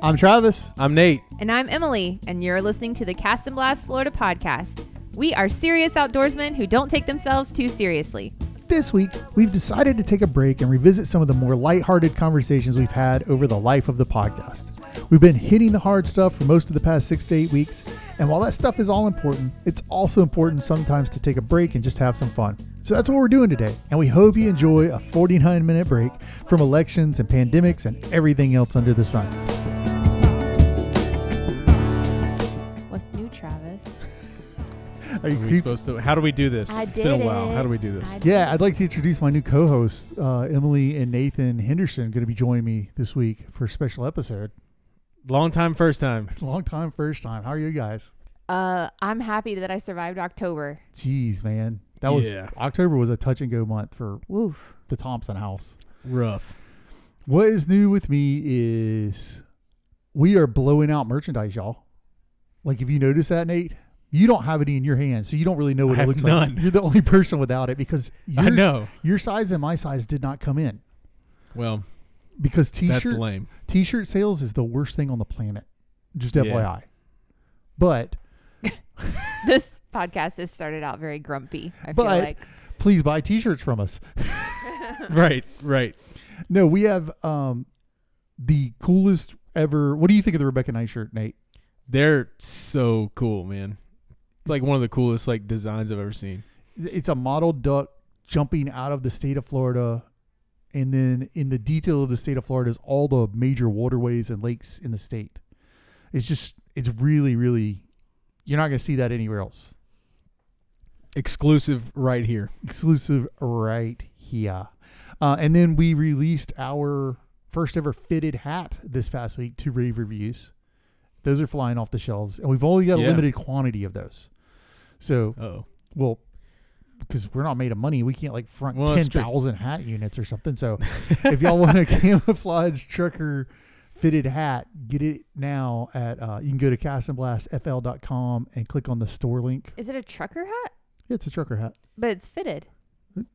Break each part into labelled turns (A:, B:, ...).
A: I'm Travis.
B: I'm Nate.
C: And I'm Emily, and you're listening to the Cast and Blast Florida podcast. We are serious outdoorsmen who don't take themselves too seriously.
A: This week, we've decided to take a break and revisit some of the more lighthearted conversations we've had over the life of the podcast. We've been hitting the hard stuff for most of the past six to eight weeks, and while that stuff is all important, it's also important sometimes to take a break and just have some fun. So that's what we're doing today, and we hope you enjoy a 49 minute break from elections and pandemics and everything else under the sun.
C: What's new, Travis?
A: Are you
B: Are we
A: creep-
B: supposed to? How do we do this?
D: I
B: It's been a
D: did
B: while.
D: it.
B: How do we do this?
D: I-
A: Yeah, I'd like to introduce my new co-hosts, uh, Emily and Nathan Henderson, going to be joining me this week for a special episode.
B: Long time, first time.
A: Long time, first time. How are you guys?
D: Uh, I'm happy that I survived October.
A: Jeez, man, that was
B: Yeah.
A: October was a touch and go month for
C: Woof.
A: the Thompson house.
B: Rough.
A: What is new with me is we are blowing out merchandise, y'all. Like, if you notice that, Nate, you don't have any in your hand, so you don't really know what
B: I
A: it
B: have
A: looks
B: none.
A: like. You're the only person without it because your,
B: I know.
A: your size and my size did not come in
B: Well,
A: because
B: that's
A: t-shirt
B: lame.
A: T-shirt sales is the worst thing on the planet. Just
B: Yeah.
A: FYI. But
D: This podcast has started out very grumpy. I
A: But-
D: feel like
A: please buy T-shirts from us.
B: right, right.
A: No, we have um the coolest ever. What do you think of the Rebecca Knight shirt, Nate?
B: They're so cool, man. It's like one of the coolest like designs I've ever seen.
A: It's a model duck jumping out of the state of Florida, and then in the detail of the state of Florida is all the major waterways and lakes in the state. It's just it's really really you're not gonna see that anywhere else.
B: Exclusive right here.
A: exclusive right here. Uh, and then we released our first ever fitted hat this past week to rave reviews. Those are flying off the shelves, and we've only got a
B: Yeah.
A: limited quantity of those. So,
B: Oh,
A: well, because we're not made of money, we can't like front
B: Well,
A: ten
B: that's true.
A: thousand hat units or something. So, if y'all want a camouflage trucker fitted hat, get it now at uh, you can go to castandblastfl.com and click on the store link.
D: is it a trucker hat?
A: Yeah, it's a trucker hat.
D: But it's fitted.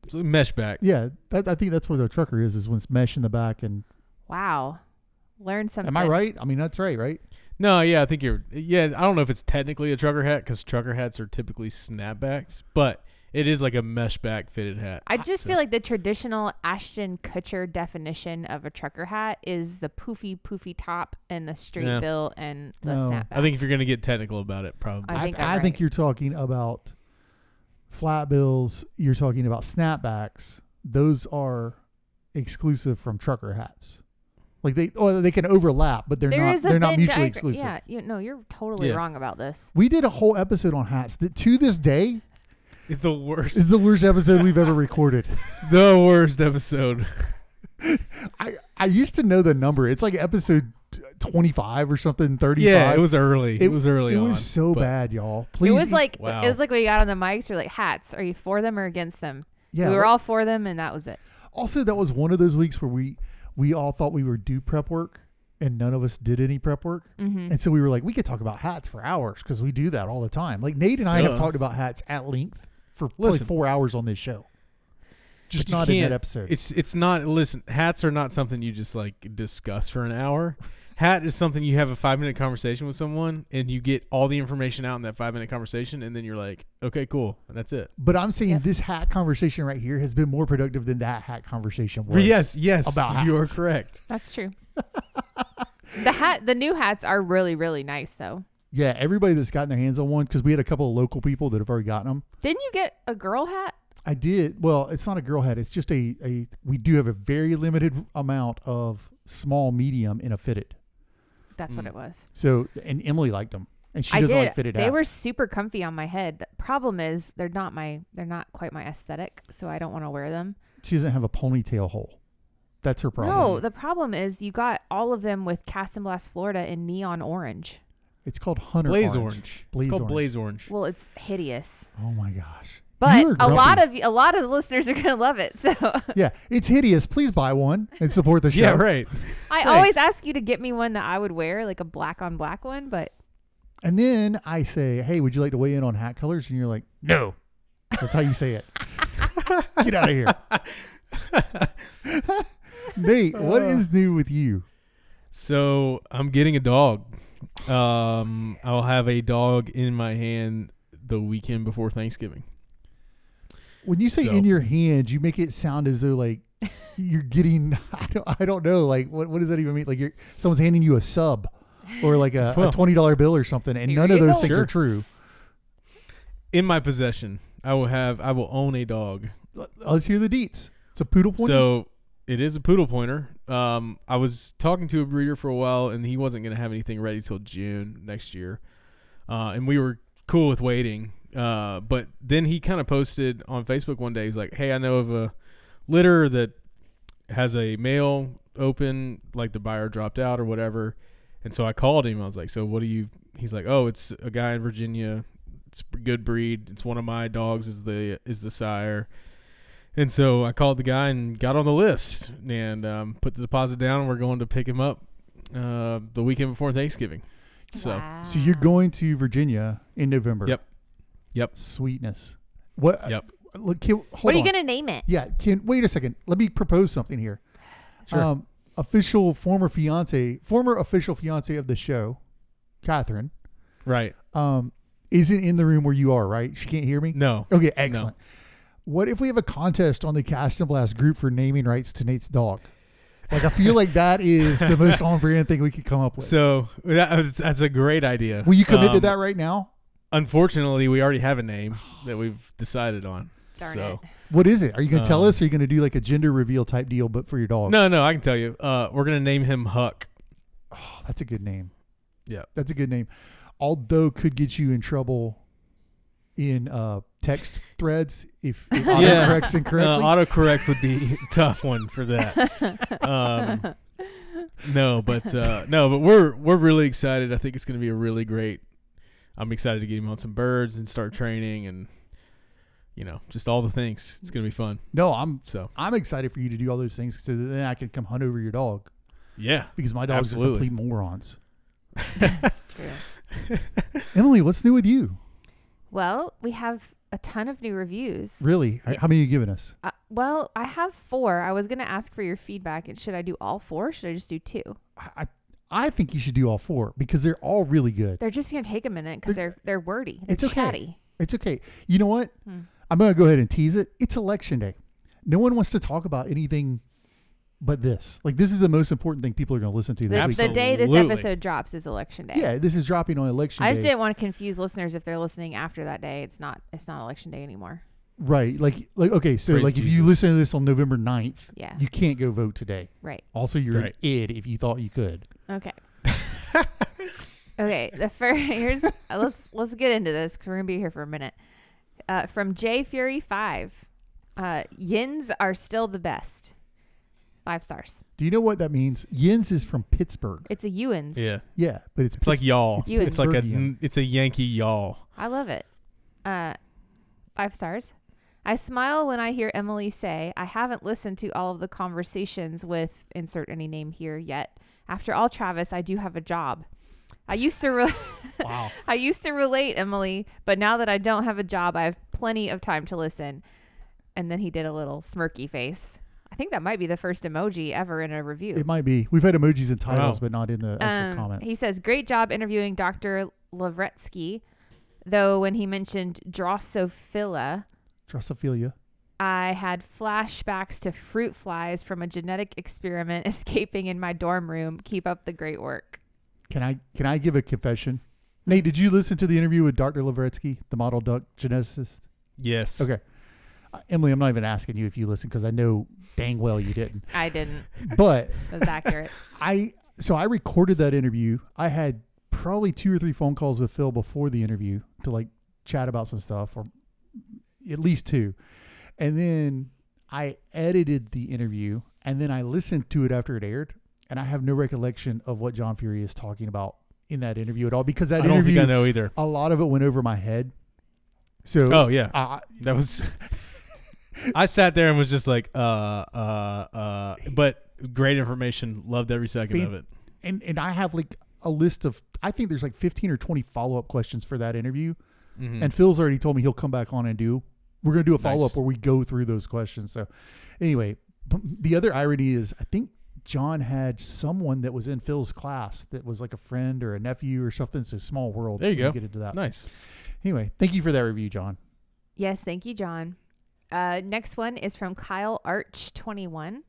B: it's a mesh back.
A: Yeah, that, I think that's where the trucker is, is when it's mesh in the back. And
D: Wow, learn something.
A: am I right? I mean, that's right, right?
B: No, yeah, I think you're. Yeah, I don't know if it's technically a trucker hat because trucker hats are typically snapbacks, but it is like a mesh back fitted hat.
D: I just
B: So-
D: feel like the traditional Ashton Kutcher definition of a trucker hat is the poofy, poofy top and the straight
B: Yeah.
D: bill and the
A: No.
D: snapback.
B: I think if you're gonna get technical about it, probably.
D: I think I'm
A: I
D: right.
A: think you're talking about flat bills. You're talking about snapbacks. Those are exclusive from trucker hats. Like they, or they can overlap, but they're
D: There
A: not.
D: is a
A: They're not
D: Venn
A: mutually
D: diagram-
A: exclusive.
D: Yeah, you, no, you're totally
B: Yeah.
D: wrong about this.
A: We did a whole episode on hats that, to this day,
B: it's the worst.
A: is the worst episode we've ever recorded.
B: the worst episode.
A: I I used to know the number. It's like episode twenty five or something, thirty five.
B: Yeah, it was early. It, was early.
A: It
B: on,
A: was so
B: but-
A: bad, y'all. Please,
D: it was like
B: Wow.
D: it was like we got on the mics. We're like hats. Are you for them or against them?
A: yeah.
D: we were all for them, and that was it.
A: also, that was one of those weeks where we we all thought we were due prep work, and none of us did any prep work,
D: Mm-hmm.
A: and so we were like, we could talk about hats for hours because we do that all the time. Like Nate and I have
B: Duh.
A: talked about hats at length for
B: Listen.
A: like four hours on this show, just
B: But you
A: not in that
B: can't-
A: episode.
B: It's it's not. Listen, hats are not something you just like discuss for an hour. Hat is something you have a five minute conversation with someone, and you get all the information out in that five minute conversation, and then you're like, okay, cool, and that's it.
A: but I'm saying
D: Yeah.
A: this hat conversation right here has been more productive than that hat conversation was.
B: But yes, yes,
A: about
B: you are
A: hats.
B: correct.
D: That's true. the hat, the new hats are really, really nice though.
A: yeah. Everybody that's gotten their hands on one because we had a couple of local people that have already gotten them.
D: Didn't you get a girl hat?
A: I did. Well, it's not a girl hat. It's just a, a we do have a very limited amount of small medium in a fitted.
D: That's what
B: Mm.
D: it was.
A: So and Emily liked them, and she
D: I
A: doesn't
D: did.
A: like fitted
D: they
A: hats.
D: were super comfy on my head. The problem is they're not my, they're not quite my aesthetic, so I don't want to wear them.
A: she doesn't have a ponytail hole. That's her problem.
D: No, the problem is you got all of them with Cast and Blast Florida in neon orange.
A: it's called hunter
B: Blaze
A: orange.
B: orange.
A: Blaze
B: it's called
A: orange.
B: blaze orange.
D: Well, it's hideous,
A: Oh my gosh!
D: but
A: You are
D: a lot
A: grumpy.
D: of a lot of the listeners are gonna love it. So
A: yeah, it's hideous. Please buy one and support the show.
B: yeah, right.
D: I always
B: Thanks.
D: ask you to get me one that I would wear, like a black on black one. But
A: And then I say, "Hey, would you like to weigh in on hat colors?" And you're like, "No." That's how you say it. Get out of
B: Uh.
A: here, Nate. What is new with you?
B: So I'm getting a dog. Um, I'll have a dog in my hand the weekend before Thanksgiving.
A: When you say
B: So-
A: in your hand, you make it sound as though like you're getting. I don't. I don't know. Like what? What does that even mean? Like you're someone's handing you a sub, or like a, a
B: Well.
A: twenty dollar bill or something, and
D: Here
A: none of
D: you
A: those
D: go.
A: things are
B: Sure.
A: true.
B: In my possession, I will have. I will own a dog.
A: Let- Let's hear the deets. It's a poodle point.
B: So it is a poodle pointer. Um, I was talking to a breeder for a while, and he wasn't going to have anything ready till June next year. Uh, and we were cool with waiting. Uh, but then he kind of posted on Facebook one day. He's like, "Hey, I know of a litter that has a male open, like the buyer dropped out or whatever." And so I called him. I was like, "So what do you?" He's like, "Oh, it's a guy in Virginia. It's a good breed. It's one of my dogs. Is the is the sire." And so I called the guy and got on the list and um, put the deposit down. And we're going to pick him up uh, the weekend before Thanksgiving. So
A: So you're going to Virginia in November.
B: Yep. Yep.
A: Sweetness. What? uh,
B: Yep.
A: Look, can, hold
D: What are you
A: on.
D: going to name it?
A: Yeah, can wait a second. Let me propose something here.
B: Sure.
A: Um, official former fiance, former official fiance of the show, Catherine,
B: right?
A: um, isn't in the room where you are, right? She can't hear me.
B: No,
A: Okay, excellent. What if we have a contest on the Cast and Blast group for naming rights to Nate's dog? Like, I feel like that is the most on brand thing we could come up with.
B: So that, that's- that's a great idea.
A: Will you commit to
B: Um,
A: that right now?
B: Unfortunately, we already have a name that we've decided on.
D: Darn
B: so
A: What is it? Are you going to tell
B: um,
A: us? Or are you going to do like a gender reveal type deal, but for your dog?
B: no, no, I can tell you. Uh, we're gonna name him Huck.
A: Oh, that's a good name.
B: Yeah.
A: That's a good name. Although could get you in trouble in uh, text threads if it
B: Yeah.
A: autocorrects
B: Uh,
A: incorrectly.
B: autocorrect would be a tough one for that. Um, no, but uh, no, but we're we're really excited. I think it's going to be a really great. I'm excited to get him on some birds and start training and you know just all the things. It's going to be fun.
A: no, I'm
B: So
A: I'm excited for you to do all those things so that then I can come hunt over your dog
B: yeah,
A: because my dogs are
B: Absolutely.
A: complete morons.
D: That's true.
A: Emily, what's new with you?
D: Well, we have a ton of new reviews.
A: Really? How- How many are you giving us?
D: Uh, well, I have four. I was going to ask for your feedback. And should I do all four? Or should I just do two?
A: I I I think you should do all four because they're all really good.
D: They're just going to take a minute because they're they're wordy. They're
A: It's okay.
D: chatty.
A: It's okay. You know what?
D: Hmm.
A: I'm going to go ahead and tease it. It's election day. No one wants to talk about anything but this. Like this is the most important thing people are going to listen to.
D: The,
A: This
D: the
A: week.
D: day this
B: Absolutely.
D: episode drops is election day.
A: Yeah, this is dropping on election
D: I
A: day.
D: just didn't want to confuse listeners if they're listening after that day. It's not it's not election day anymore.
A: Right. Like like okay, so
B: Praise
A: like if you
B: Jesus.
A: listen to this on November 9th,
D: Yeah.
A: you can't go vote today.
D: Right.
A: Also, you're
B: Right.
A: an id if you thought you could.
D: Okay. okay. The first here's uh, let's let's get into this because we're gonna be here for a minute. Uh, from J Fury Five, uh, Yins are still the best. Five stars.
A: Do you know what that means? Yins is from Pittsburgh.
D: It's a Ewins.
B: yeah.
A: Yeah, but it's
B: It's like y'all.
D: You
B: It's like a
A: Pittsburghian.
B: it's a Yankee y'all.
D: I love it. Uh, five stars. I smile when I hear Emily say, I haven't listened to all of the conversations with insert any name here yet. After all, Travis, I do have a job. I used to re-
A: wow.
D: I used to relate, Emily, but now that I don't have a job, I have plenty of time to listen. And then he did a little smirky face. I think that might be the first emoji ever in a review.
A: It might be. We've had emojis and titles,
B: Wow.
A: but not in the actual
D: Um,
A: comments.
D: He says, "Great job interviewing Dr. Lavretsky." Though when he mentioned Drosophila,
A: Drosophila.
D: I had flashbacks to fruit flies from a genetic experiment escaping in my dorm room. Keep up the great work.
A: Can I can I give a confession? Nate, did you listen to the interview with Dr. Lavretsky, the model duck geneticist?
B: Yes.
A: Okay. Uh, Emily, I'm not even asking you if you listened because I know dang well you didn't.
D: I didn't.
A: But
D: That's accurate.
A: I so I recorded that interview. I had probably two or three phone calls with Phil before the interview to like chat about some stuff or at least two. And then I edited the interview and then I listened to it after it aired and I have no recollection of what John Fury is talking about in that interview at all because
B: I
A: that
B: don't
A: interview
B: think I know either.
A: a lot of it went over my head. So
B: Oh yeah.
A: I,
B: That was. I sat there and was just like, uh, uh, uh. But great information. Loved every second
A: Fan-
B: of it.
A: and and I have like a list of I think there's like 15 or 20 follow-up questions for that interview
B: Mhm.
A: and Phil's already told me he'll come back on and do we're going to do a
B: Nice.
A: follow-up where we go through those questions. So anyway, b- the other irony is I think John had someone that was in Phil's class that was like a friend or a nephew or something. So small world.
B: There you
A: when
B: go.
A: Get into that.
B: Nice.
A: Anyway, thank you for that review, John.
D: Yes, thank you, John. Uh, next one is from Kyle Arch21.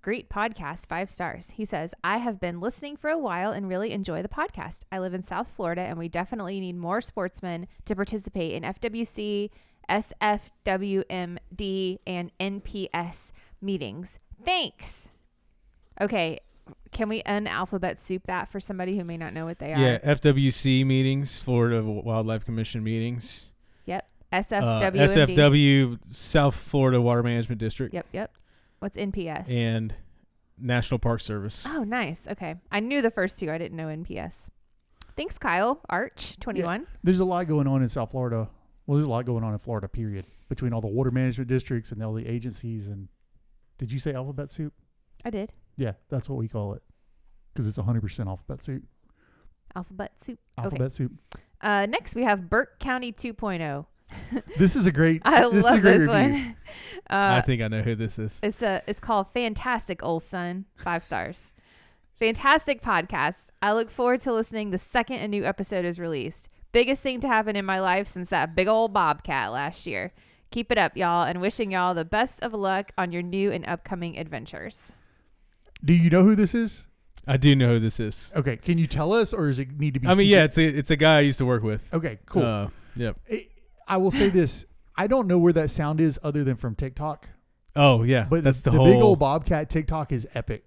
D: Great podcast, five stars. He says, I have been listening for a while and really enjoy the podcast. I live in South Florida and we definitely need more sportsmen to participate in FWC, SFWMD, and NPS meetings. Thanks. Okay, can we unalphabet soup that for somebody who may not know what they
B: Yeah,
D: are?
B: FWC meetings, Florida Wildlife Commission meetings,
D: Yep.
B: uh,
D: SFWMD.
B: SFW, South Florida Water Management District,
D: Yep, yep. What's NPS?
B: and National Park Service.
D: Oh, nice. Okay. I knew the first two. I didn't know NPS. Thanks, Kyle. Arch, 21.
A: There's a lot going on in South Florida. Well, there's a lot going on in Florida, period, between all the water management districts and all the agencies. And did you say alphabet soup?
D: I did.
A: Yeah, that's what we call it because it's 100% alphabet soup.
D: Alphabet soup.
A: Alphabet soup.
D: Uh, next, we have Burke County oh. 2.0.
A: This is a great.
D: I
A: this is a
D: love
A: great
D: this
A: review.
D: one.
B: I
D: Uh,
B: think I know who this is.
D: it's, a, it's called Fantastic Old Son. Five stars. Fantastic podcast. I look forward to listening the second a new episode is released. Biggest thing to happen in my life since that big old bobcat last year. Keep it up, y'all, and wishing y'all the best of luck on your new and upcoming adventures.
A: Do you know who this is?
B: I do know who this is.
A: Okay, can you tell us, or does it need to be?
B: I mean,
A: secret?
B: yeah, it's a it's a guy I used to work with.
A: Okay, cool.
B: Uh, yep.
A: It- I will say this: I don't know where that sound is other than from TikTok,
B: Oh yeah,
A: but
B: that's the,
A: the
B: whole.
A: big old Bobcat TikTok is epic.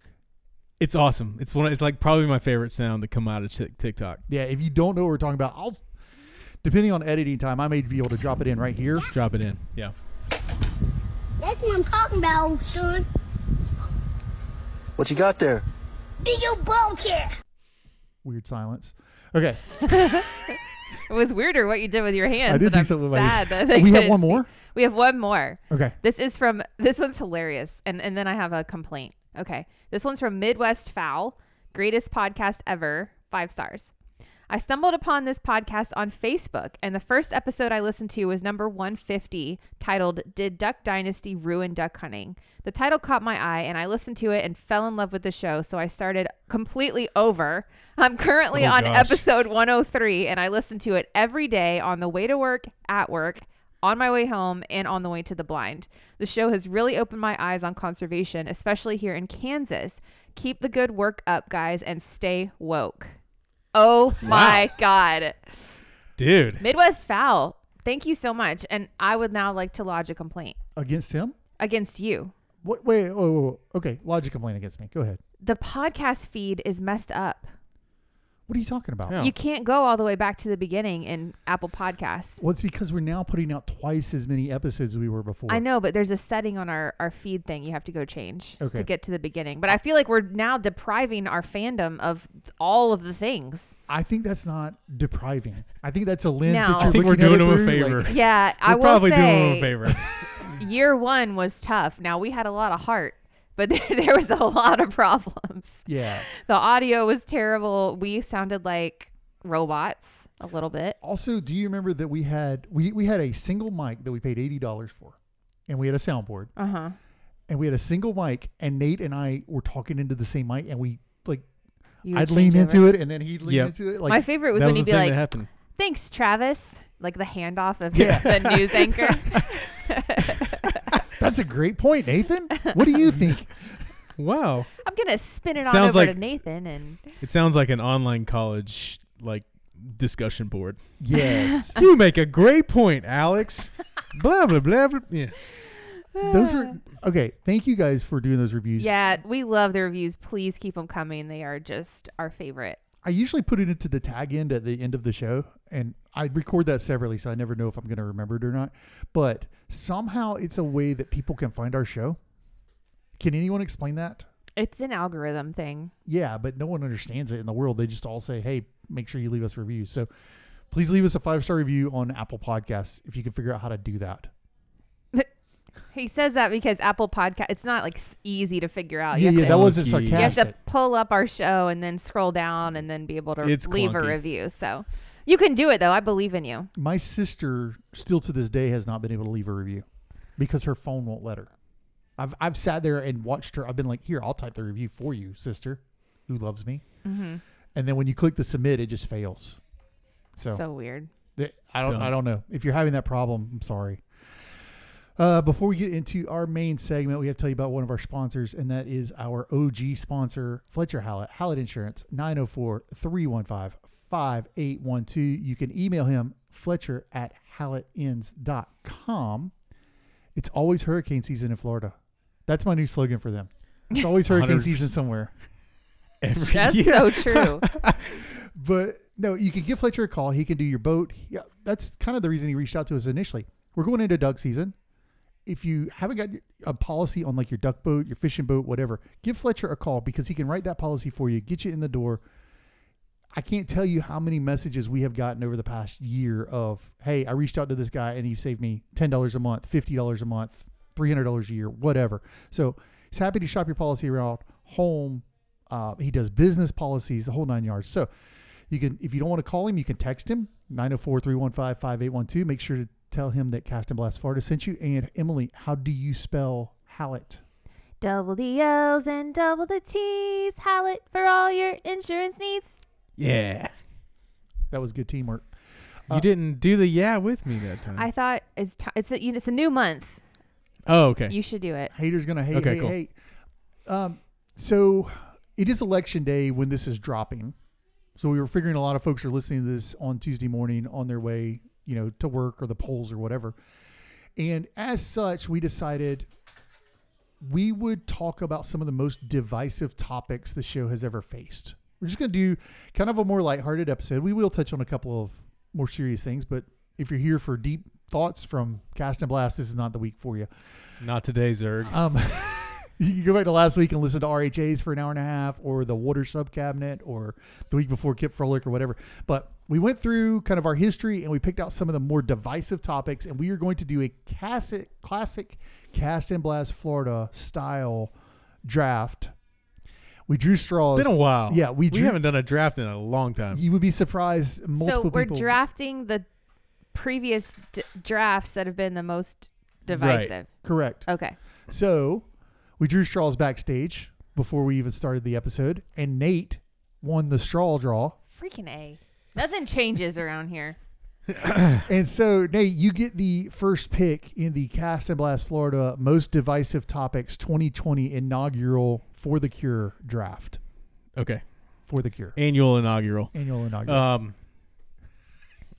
B: it's awesome. It's one. It's like probably my favorite sound to come out of Tik TikTok.
A: Yeah, if you don't know what we're talking about, I'll depending on editing time, I may be able to drop it in right here.
B: Drop it in. Yeah.
E: That's what I'm talking about, old son.
F: What you got there?
E: Big old ball cat.
A: Weird silence. Okay,
D: It was weirder what you did with your hands.
A: I did
D: and
A: do
D: I'm
A: something with my
D: sad
A: hands.
D: that they
A: We have
D: couldn't
A: one
D: see.
A: more?
D: We have one more.
A: okay.
D: This is from this one's hilarious, and and then I have a complaint. Okay, this one's from Midwest Foul, greatest podcast ever, five stars. I stumbled upon this podcast on Facebook, and the first episode I listened to was number 150, titled Did Duck Dynasty Ruin Duck Hunting? The title caught my eye, and I listened to it and fell in love with the show, so I started completely over. I'm currently
B: Oh,
D: on
B: gosh.
D: episode 103, and I listen to it every day on the way to work, at work, on my way home, and on the way to the blind. The show has really opened my eyes on conservation, especially here in Kansas. Keep the good work up, guys, and stay woke. Oh my God.
B: Dude.
D: Midwest Foul, thank you so much. And I would now like to lodge a complaint
A: Against him?
D: against you.
A: What? Wait. Oh, oh, oh, okay. Logic complaint against me. Go ahead.
D: The podcast feed is messed up.
A: What are you talking about?
B: Yeah.
D: You can't go all the way back to the beginning in Apple Podcasts.
A: Well, it's because we're now putting out twice as many episodes as we were before.
D: I know, but there's a setting on our, our feed thing you have to go change
A: Okay.
D: to get to the beginning. But I feel like we're now depriving our fandom of all of the things.
A: I think that's not depriving. I think that's a lens that
D: No. I
A: you're
B: I think we're
A: looking at
B: doing
A: it
B: him a
A: through,
B: favor.
A: like-
D: Yeah, I
B: we're
D: will
B: probably
D: say
B: doing him a favor.
D: year one was tough. Now we had a lot of heart, but there, there was a lot of problems.
A: yeah.
D: The audio was terrible. We sounded like robots a little bit.
A: Also, do you remember that we had we we had a single mic that we paid eighty dollars for, and we had a soundboard,
D: Uh huh.
A: and we had a single mic, and Nate and I were talking into the same mic, and we like
D: You
A: I'd lean into it, and then he'd lean
B: Yep.
A: into it,
D: My
A: like
D: favorite was
B: that
D: when
B: was the
D: he'd be
B: thing that
D: like,
B: happened.
D: "Thanks, Travis." Like the handoff of
A: Yeah.
D: the news anchor.
A: that's a great point, Nathan. What do you think?
B: Wow.
D: I'm gonna spin it
B: Sounds
D: on over
B: like-
D: to Nathan, and
B: It sounds like an online college like discussion board.
A: yes,
B: You make a great point, Alex. blah blah blah. blah. Yeah.
A: those were okay. Thank you guys for doing those reviews.
D: yeah, we love the reviews. Please keep them coming. They are just our favorite.
A: I usually put it into the tag end at the end of the show, and I record that separately, so I never know if I'm going to remember it or not. But somehow it's a way that people can find our show. Can anyone explain that?
D: It's an algorithm thing.
A: Yeah, but no one understands it in the world. They just all say, "Hey, make sure you leave us reviews." So please leave us a five star review on Apple Podcasts if you can figure out how to do that.
D: He says that because Apple Podcast, it's not like s- easy to figure out.
A: yeah,
D: You have
A: yeah,
D: to-
A: that wasn't
B: Monkey. You
D: Uh, you have
A: sarcastic.
D: to pull up our show and then scroll down and then be able to
B: It's
D: leave a
B: clunky.
D: review. So you can do it though. I believe in you.
A: My sister still to this day has not been able to leave a review because her phone won't let her. I've I've sat there and watched her. I've been like, here, I'll type the review for you, sister, who loves me. And then when you click the submit, it just fails. So,
D: So, weird.
A: th- I don't
B: Dumb.
A: I don't know if you're having that problem. I'm sorry. Uh, before we get into our main segment, we have to tell you about one of our sponsors, and that is our OG sponsor, Fletcher Hallett, Hallett Insurance, 904 315 5812. You can email him, Fletcher at HallettInns.com. It's always hurricane season in Florida. That's my new slogan for them. It's always hurricane
B: 100%.
A: season somewhere.
B: Every
D: That's
B: year.
D: so true.
A: But no, you can give Fletcher a call. He can do your boat. Yeah, that's kind of the reason he reached out to us initially. We're going into duck season. If you haven't got a policy on like your duck boat, your fishing boat, whatever, give Fletcher a call because he can write that policy for you, get you in the door. I can't tell you how many messages we have gotten over the past year of, hey, I reached out to this guy and he saved me $10 a month, $50 a month, $300 a year, whatever. So he's happy to shop your policy around home. Uh, he does business policies, the whole nine yards. So you can, if you don't want to call him, you can text him 904 315 5812. Make sure to tell him that Cast and Blast Florida sent you. And Emily, how do you spell Hallett?
D: double the L's and double the T's. Hallett for all your insurance needs.
B: Yeah.
A: That was good teamwork.
B: You didn't do the yeah with me that time.
D: Oh. I thought it's t- it's a, you know, it's a new month.
B: oh, okay.
D: You should do it.
A: Haters gonna hate,
B: Okay,
A: hate,
B: cool.
A: hate. Um, so it is election day when this is dropping. So we were figuring a lot of folks are listening to this on Tuesday morning on their way, you know, to work or the polls or whatever. And as such, we decided we would talk about some of the most divisive topics the show has ever faced. We're just going to do kind of a more lighthearted episode. We will touch on a couple of more serious things, but if you're here for deep thoughts from Cast and Blast, this is not the week for you.
B: Not today, Zerg.
A: Um, you can go back to last week and listen to RHAs for an hour and a half, or the water sub cabinet, or the week before Kip Frolick, or whatever. But we went through kind of our history and we picked out some of the more divisive topics, and we are going to do a classic, classic cast and blast Florida style draft. We drew straws.
B: It's been a while.
A: Yeah, we
B: we
A: drew-
B: haven't done a draft in a long time.
A: You would be surprised. Multiple
D: so we're
A: people-
D: drafting the previous d- drafts that have been the most divisive.
A: Correct.
D: Okay.
A: So we drew straws backstage before we even started the episode, and Nate won the straw draw.
D: Freaking A. Nothing changes around here.
A: And so, Nate, you get the first pick in the Cast and Blast Florida Most Divisive Topics 2020 inaugural For the Cure draft.
B: Okay.
A: For the Cure.
B: Annual inaugural.
A: Annual inaugural.
B: Um.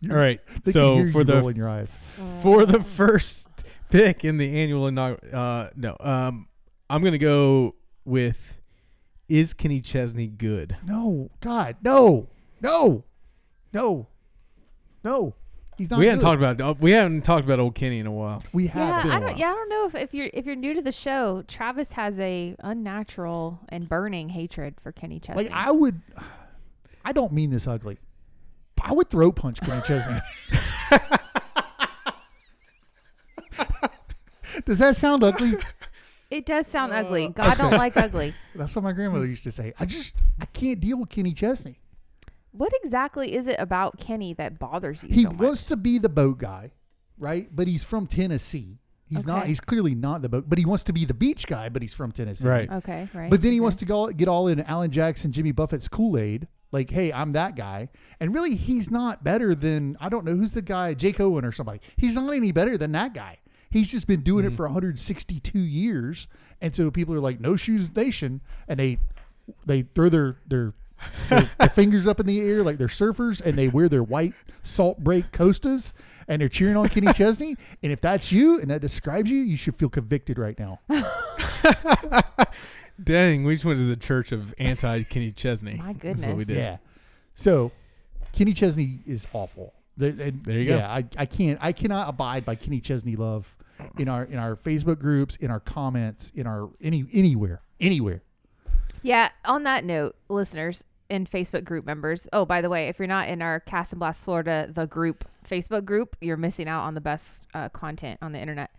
A: You-
B: All right.
A: They can
B: So
A: hear
B: for
A: you
B: the
A: rolling your eyes.
B: for the first pick in the annual inaugural, uh, no, um, I'm gonna go with is Kenny Chesney good?
A: No, God, no, no, no, no. He's not.
B: we haven't
A: good.
B: talked about uh, we haven't talked about old Kenny in a while.
A: We have.
D: yeah,
B: been
D: I
B: a
D: don't.
B: while.
D: Yeah, I don't know if, if you're if you're new to the show, Travis has a unnatural and burning hatred for Kenny Chesney.
A: Like I would. I don't mean this ugly. but I would throat punch Kenny Chesney. Does that sound ugly?
D: it does sound
A: Uh,
D: ugly. God don't like ugly.
A: That's what my
D: Hmm.
A: grandmother used to say. I just I can't deal with Kenny Chesney.
D: What exactly is it about Kenny that bothers you
A: He
D: so much?
A: wants to be the boat guy, right? But he's from Tennessee. He's not.
D: Okay.
A: He's clearly not the boat. But he wants to be the beach guy. But he's from Tennessee,
B: Right.
D: okay, right.
A: But then he wants to go get all in Alan Jackson, Jimmy Buffett's Kool Aid. Like, hey, I'm that guy. And really, he's not better than I don't know who's the guy, Jake Owen or somebody. He's not any better than that guy. He's just been doing it
D: Mm-hmm.
A: for 162 years, and so people are like, "No shoes nation," and they they throw their their, their, their fingers up in the air like they're surfers, and they wear their white salt break costas, and they're cheering on Kenny Chesney. And if that's you, and that describes you, you should feel convicted right now.
B: Dang, we just went to the church of anti Kenny Chesney.
D: My
B: That's what we
D: goodness.
B: did.
A: Yeah. So Kenny Chesney is awful. There, and
B: There you
A: yeah,
B: go.
A: I, I can't I cannot abide by Kenny Chesney love in our in our Facebook groups, in our comments, in our any anywhere. Anywhere.
D: Yeah. On that note, listeners and Facebook group members. Oh, by the way, if you're not in our Cast and Blast Florida the group Facebook group, you're missing out on the best uh, content on the internet.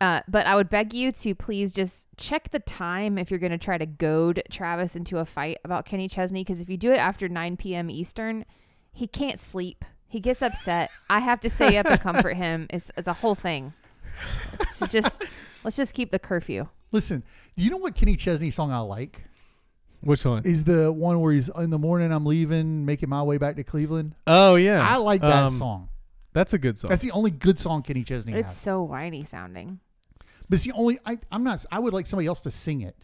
D: Uh, but I would beg you to please just check the time if you're going to try to goad Travis into a fight about Kenny Chesney, because if you do it after 9 p.m. Eastern, he can't sleep. He gets upset. I have to stay up and comfort him. It's, it's a whole thing. Should just let's just keep the curfew.
A: Listen, do you know what Kenny Chesney song I like?
B: Which one?
A: Is the one where he's in the morning, I'm leaving, making my way back to Cleveland.
B: oh yeah,
A: I like that
B: Um,
A: song.
B: That's a good song.
A: That's the only good song Kenny Chesney
D: It's
A: has.
D: so whiny sounding.
A: But it's the only I, I'm not. I would like somebody else to sing it.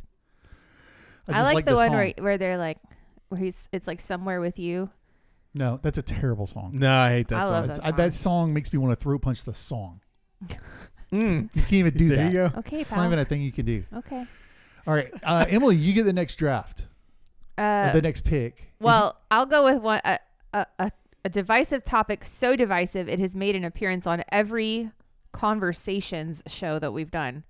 D: I,
A: just
D: like, the, one
A: song.
D: where, where they're like where he's it's like somewhere with you.
A: No, that's a terrible song.
B: no, I hate that
D: I
B: song.
D: love
A: That's-
D: that
A: I-
D: song.
A: that song makes me want to throat punch the song.
B: Mm.
A: You can't even do
B: There
A: that.
B: you go.
D: Okay,
A: It's not even
D: pal.
A: a thing you can do.
D: Okay.
A: All right, uh, Emily, you get the next draft, or
D: Uh,
A: the next pick.
D: Well, I'll go with one a, a, a, a divisive topic so divisive it has made an appearance on every conversations show that we've done,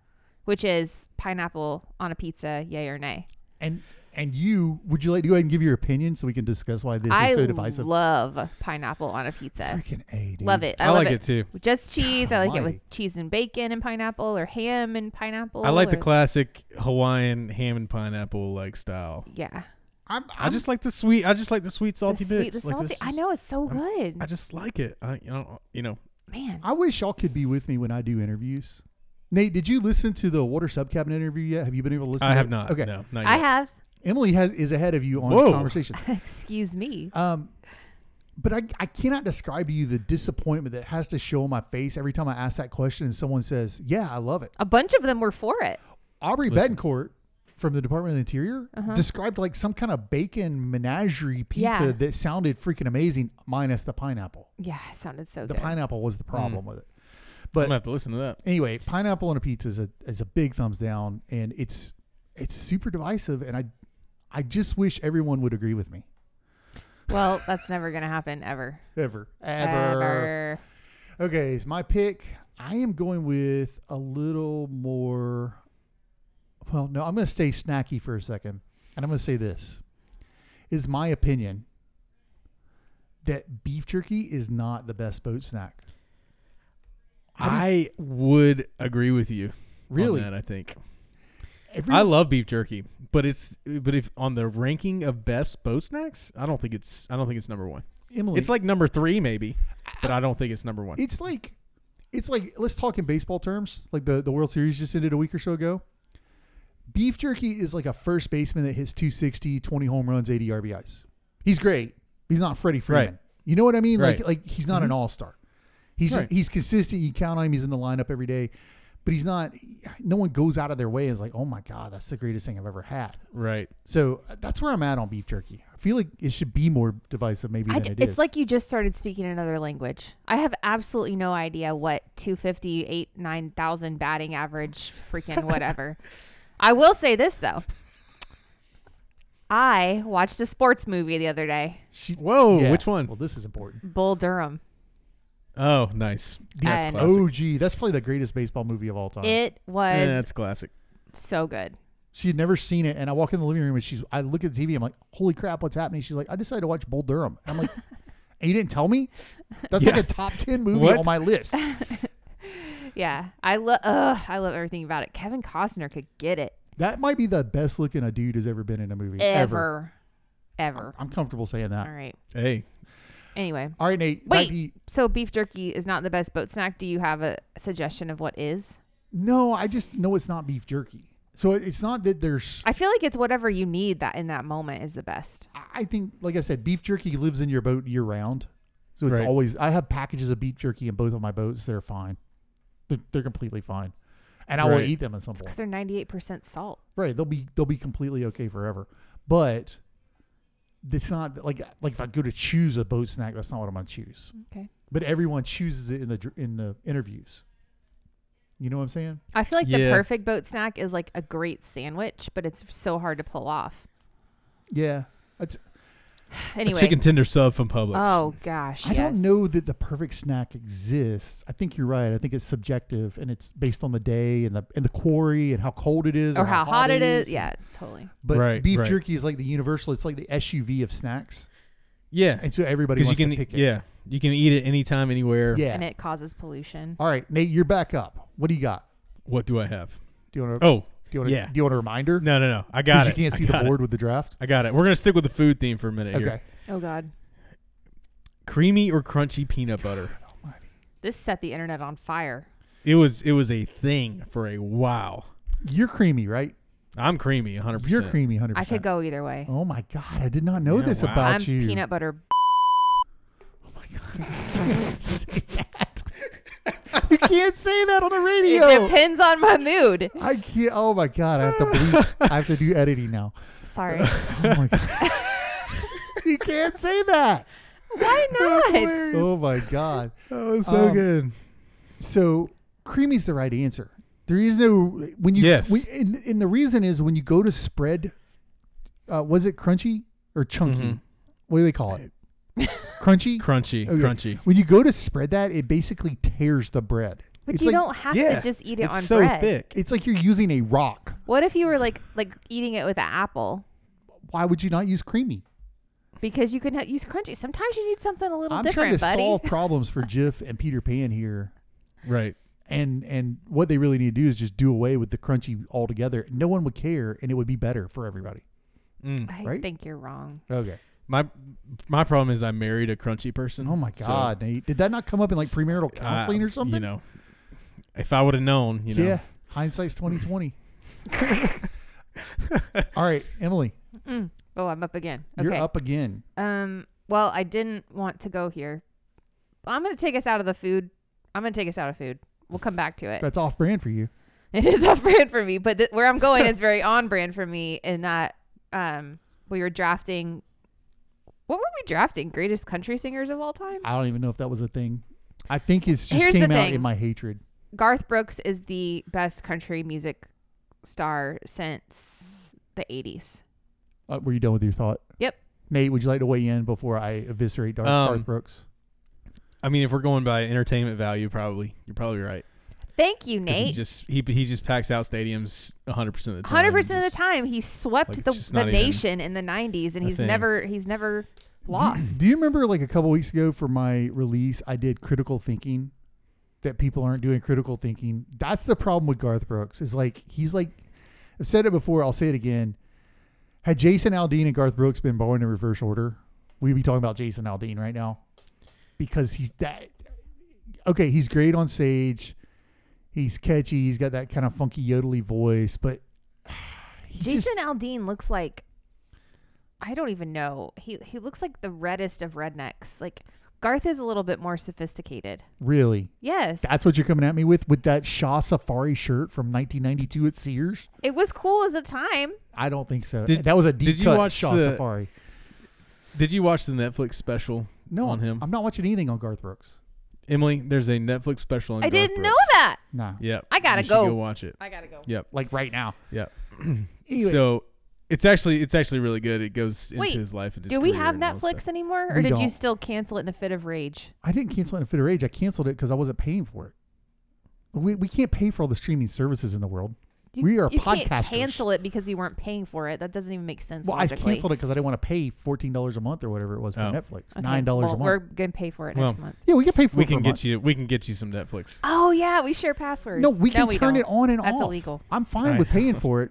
D: which is pineapple on a pizza, yay or nay.
A: and and you would you like to go ahead and give your opinion so we can discuss why this
D: I
A: is so divisive?
D: love pineapple on a pizza.
A: Freaking a, dude.
D: Love it. I,
B: I
D: love
B: like it too.
D: with Just cheese. I like it
A: Almighty.
D: with cheese and bacon and pineapple or ham and pineapple.
B: I like the
D: or-
B: classic Hawaiian ham and pineapple like style.
D: Yeah.
A: I'm,
B: i just like the sweet. I just like the sweet salty
D: the sweet,
B: bits.
D: the
B: Like,
D: salty.
B: this
D: I
B: is-
D: know it's so
B: I'm-
D: good.
B: I just like it. I you know, you know
D: Man.
A: I wish y'all could be with me when I do interviews. Nate, did you listen to the water sub cabin interview yet? Have you been able to listen?
B: I
A: to
B: have
A: it?
B: not.
A: Okay,
B: no, not
D: I
B: yet.
D: have.
A: Emily has is ahead of you on
B: Whoa.
A: conversations.
D: Excuse me.
A: Um, but I, I cannot describe to you the disappointment that has to show on my face every time I ask that question and someone says, "Yeah, I love it."
D: A bunch of them were for it.
A: Aubrey
B: Listen.
A: Betancourt from the Department of the Interior described like some kind of bacon menagerie pizza
D: Yeah.
A: that sounded freaking amazing, minus the pineapple.
D: Yeah, it sounded so
A: The
D: good.
A: pineapple was the problem with it.
B: I'm gonna
A: But
B: have to listen to that.
A: anyway, pineapple on a pizza is a is a big thumbs down, and it's it's super divisive, and I I just wish everyone would agree with me.
D: Well, that's never gonna happen ever.
A: Ever. Ever. Okay, it's my pick. I am going with a little more. Well, no, I'm going to stay snacky for a second, and I'm going to say this: is my opinion that beef jerky is not the best boat snack. I
B: I would agree with you. on
A: Really?
B: that, I think
A: Every,
B: I love beef jerky, but it's but if on the ranking of best boat snacks, I don't think it's I don't think it's number one.
A: Emily.
B: It's like number three maybe, but I don't think it's number one.
A: it's like it's like let's talk in baseball terms. Like the the World Series just ended a week or so ago. Beef jerky is like a first baseman that hits 260, 20 home runs, 80 RBIs. He's great. He's not Freddie Freeman.
B: Right.
A: You know what I mean?
B: Right. Mm-hmm.
A: Like like he's not an all-star. He's
B: Right.
A: he's consistent. You count on him. He's in the lineup every day. But he's not no one goes out of their way and is like, "Oh my god, that's the greatest thing I've ever had."
B: Right.
A: So uh, that's where I'm at on beef jerky. I feel like it should be more divisive maybe
D: I
A: than
D: d-
A: it is.
D: it's like you just started speaking another language. I have absolutely no idea what 250, 8, 9,000 batting average, freaking whatever. I will say this, though. I watched a sports movie the other day,
A: She-
B: Whoa,
A: Yeah.
B: which one?
A: Well, this is important.
D: Bull Durham.
B: Oh, nice. That's
D: And-
B: classic.
A: Oh, gee, that's probably the greatest baseball movie of all time.
D: It was
B: Yeah, Eh, that's classic.
D: so good.
A: she had never seen it, and I walk in the living room and she's. I look at the TV. I'm like, "Holy crap, what's happening?" She's like, "I decided to watch Bull Durham." And I'm like, "And you didn't tell me? That's
B: Yeah.
A: like a top ten movie
B: What?
A: on my list."
D: Yeah, I love. I love everything about it. Kevin Costner could get it
A: That might be the best looking a dude has ever been in a movie
D: ever, ever.
A: I'm comfortable saying that.
D: All right.
B: Hey,
D: Anyway,
A: All right, Nate. might
D: Wait.
A: be-
D: so beef jerky is not the best boat snack. Do you have a suggestion of what is?
A: no, I just know it's not beef jerky. So it's not that there's.
D: I feel like it's whatever you need that in that moment is the best.
A: I I think, like I said, beef jerky lives in your boat year round. So it's
B: Right.
A: always, I have packages of beef jerky in both of my boats. They're fine. They're, they're completely fine. And I will
B: Right.
A: eat them at some
D: Because
A: point.
D: they're ninety eight percent salt.
A: Right. They'll be, they'll be completely okay forever. But it's not like, like if I go to choose a boat snack, that's not what I'm going to choose.
D: Okay.
A: But everyone chooses it in the, dr- in the interviews. You know what I'm saying?
D: I feel like the
B: Yeah.
D: perfect boat snack is like a great sandwich, but it's so hard to pull off.
A: Yeah. It's,
D: Anyway.
B: a chicken tender sub from Publix.
D: oh gosh.
A: I
D: yes.
A: don't know that the perfect snack exists. I think you're right. I think it's subjective and it's based on the day and the and the quarry and how cold it is
D: Or how hot it is. Yeah, totally.
A: But
B: Right,
A: beef
B: right.
A: jerky is like the universal. It's like the SUV of snacks,
B: Yeah,
A: and so everybody
B: because you
A: wants
B: can
A: to pick it.
B: yeah you can eat it anytime, anywhere.
A: yeah. Oh.
D: And it causes pollution.
A: All right, Nate, you're back up. What do you got?
B: What do I have?
A: Do you want to?
B: Oh,
A: do you want to?
B: yeah.
A: Do you want a reminder?
B: no, no, no. I got
A: you
B: it.
A: can't see
B: I
A: the
B: got it.
A: board with the draft.
B: I got it. We're gonna stick with the food theme for a minute
A: Okay.
B: here.
D: Oh god.
B: Creamy or crunchy peanut butter.
D: This set the internet on fire.
B: It was it was a thing for a while.
A: You're creamy, right?
B: I'm creamy, 100.
A: You're
B: percent
A: creamy, hundred
D: I
A: percent.
D: could go either way.
A: Oh my god, I did not know
B: Yeah,
A: this
B: wow.
A: about
D: I'm
A: you.
D: peanut butter.
A: you can't say that on the
D: It
A: radio.
D: depends on my mood.
A: I can't. Oh my god, I have to. Bleep. I have to do editing now.
D: Sorry.
A: Oh my god. you can't say that.
D: Why not?
B: hilarious.
A: Oh my god.
B: That was so
A: Um,
B: good.
A: So creamy's the right answer. There is no when you
B: Yes.
A: when- and, and the reason is when you go to spread, uh, was it crunchy or chunky?
B: Mhm.
A: What do they call it? crunchy.
B: Crunchy,
A: Okay.
B: crunchy.
A: When you go to spread that, it basically tears the bread.
D: But
A: it's
D: you
A: like,
D: don't have
B: yeah,
D: to just eat it
B: it's
D: on
B: so
D: bread.
B: thick.
A: It's like you're using a rock.
D: What if you were like like eating it with an apple?
A: Why would you not use creamy?
D: Because you can ha- use crunchy. Sometimes you need something a little
A: I'm trying to
D: different, buddy.
A: solve problems for Jif and Peter Pan here.
B: Right.
A: And and what they really need to do is just do away with the crunchy altogether. No one would care, and it would be better for everybody.
B: Mm.
D: I
A: right?
D: think you're wrong.
A: Okay.
B: My my problem is I married a crunchy person.
A: Oh my
B: so
A: God, Nate, did that not come up in like premarital
B: I-
A: counseling or something?
B: You know, if I would have known, you know,
A: Yeah, hindsight's twenty twenty. All right, Emily,
D: Oh, I'm up again. Okay.
A: you're up again.
D: Um. Well, I didn't want to go here. I'm gonna take us out of the food. I'm gonna take us out of food. We'll come back to it.
A: That's off brand for you.
D: It is off brand for me, but th- where I'm going is very on brand for me in that um, we were drafting. What were we drafting? Greatest country singers of all time?
A: I don't even know if that was a thing. I think it's just
D: Here's the
A: came out
D: thing.
A: in my hatred.
D: Garth Brooks is the best country music star since the 80s.
A: Uh, were you done with your thought?
D: Yep.
A: Nate, would you like to weigh in before I eviscerate Dar-
B: Um,
A: Garth Brooks?
B: I mean, if we're going by entertainment value, probably you're probably right.
D: Thank you,
B: 'Cause He
D: Nate.
B: just he he just packs out stadiums 100 percent of the time.
D: Hundred percent of
B: Just-
D: the time, he swept
B: like, it's
D: the,
B: just
D: the
B: not even
D: nation in the '90s, and
B: a
D: he's
B: thing.
D: never he's never
A: Do,
D: lost.
A: do you remember like a couple weeks ago for my release, I did critical thinking that people aren't doing critical thinking. That's the problem with Garth Brooks is like he's like I've said it before, I'll say it again. Had Jason Aldean and Garth Brooks been born in reverse order, we'd be talking about Jason Aldean right now because he's that okay, he's great on stage. He's catchy. He's got that kind of funky yodely voice, but he just-
D: Jason Aldean looks like I don't even know. He he looks like the reddest of rednecks. Like Garth is a little bit more sophisticated.
A: really
D: Yes.
A: That's what you're coming at me with with that Shaw Safari shirt from 1992 at Sears.
D: it was cool at the time.
A: I don't think so.
B: Did-
A: that was a deep
B: did you
A: cut
B: watch
A: Shaw
B: the-
A: Safari.
B: Did you watch the Netflix special
A: No,
B: on him?
A: I'm not watching anything on Garth Brooks.
B: Emily, there's a Netflix special. On
D: I
B: Garth
D: didn't know
B: Brooks.
D: that.
A: No,
B: Yep.
D: I gotta
B: You should go.
D: go.
B: watch it.
D: I gotta go.
B: Yep.
A: like right now.
B: Yep.
A: Anyway,
B: So it's actually it's actually really good. It goes into
D: Wait,
B: his life. And his
D: Do we
B: career
D: have
B: and all this
D: Netflix
B: stuff.
D: anymore, or
A: We
D: did
A: don't.
D: you still cancel it in a fit of rage?
A: I didn't cancel it in a fit of rage. I canceled it because I wasn't paying for it. We, we can't pay for all the streaming services in the world.
D: You,
A: We are
D: you Can't
A: podcasters.
D: cancel it because you weren't paying for it. That doesn't even make sense.
A: Well, I
D: logically.
A: canceled it because I didn't want to pay fourteen dollars a month or whatever it was for
B: Oh.
A: Netflix.
D: Okay,
A: Nine dollars
D: well,
A: a month.
D: We're gonna pay for it next
B: Well,
D: month.
A: yeah, we can pay for.
B: We
A: it for a
B: can
A: month.
B: get you. We can get you some Netflix.
D: Oh yeah, we share passwords.
A: No, we can turn
D: don't.
A: it on and off.
D: That's illegal.
A: I'm fine
B: Right.
A: with paying for it.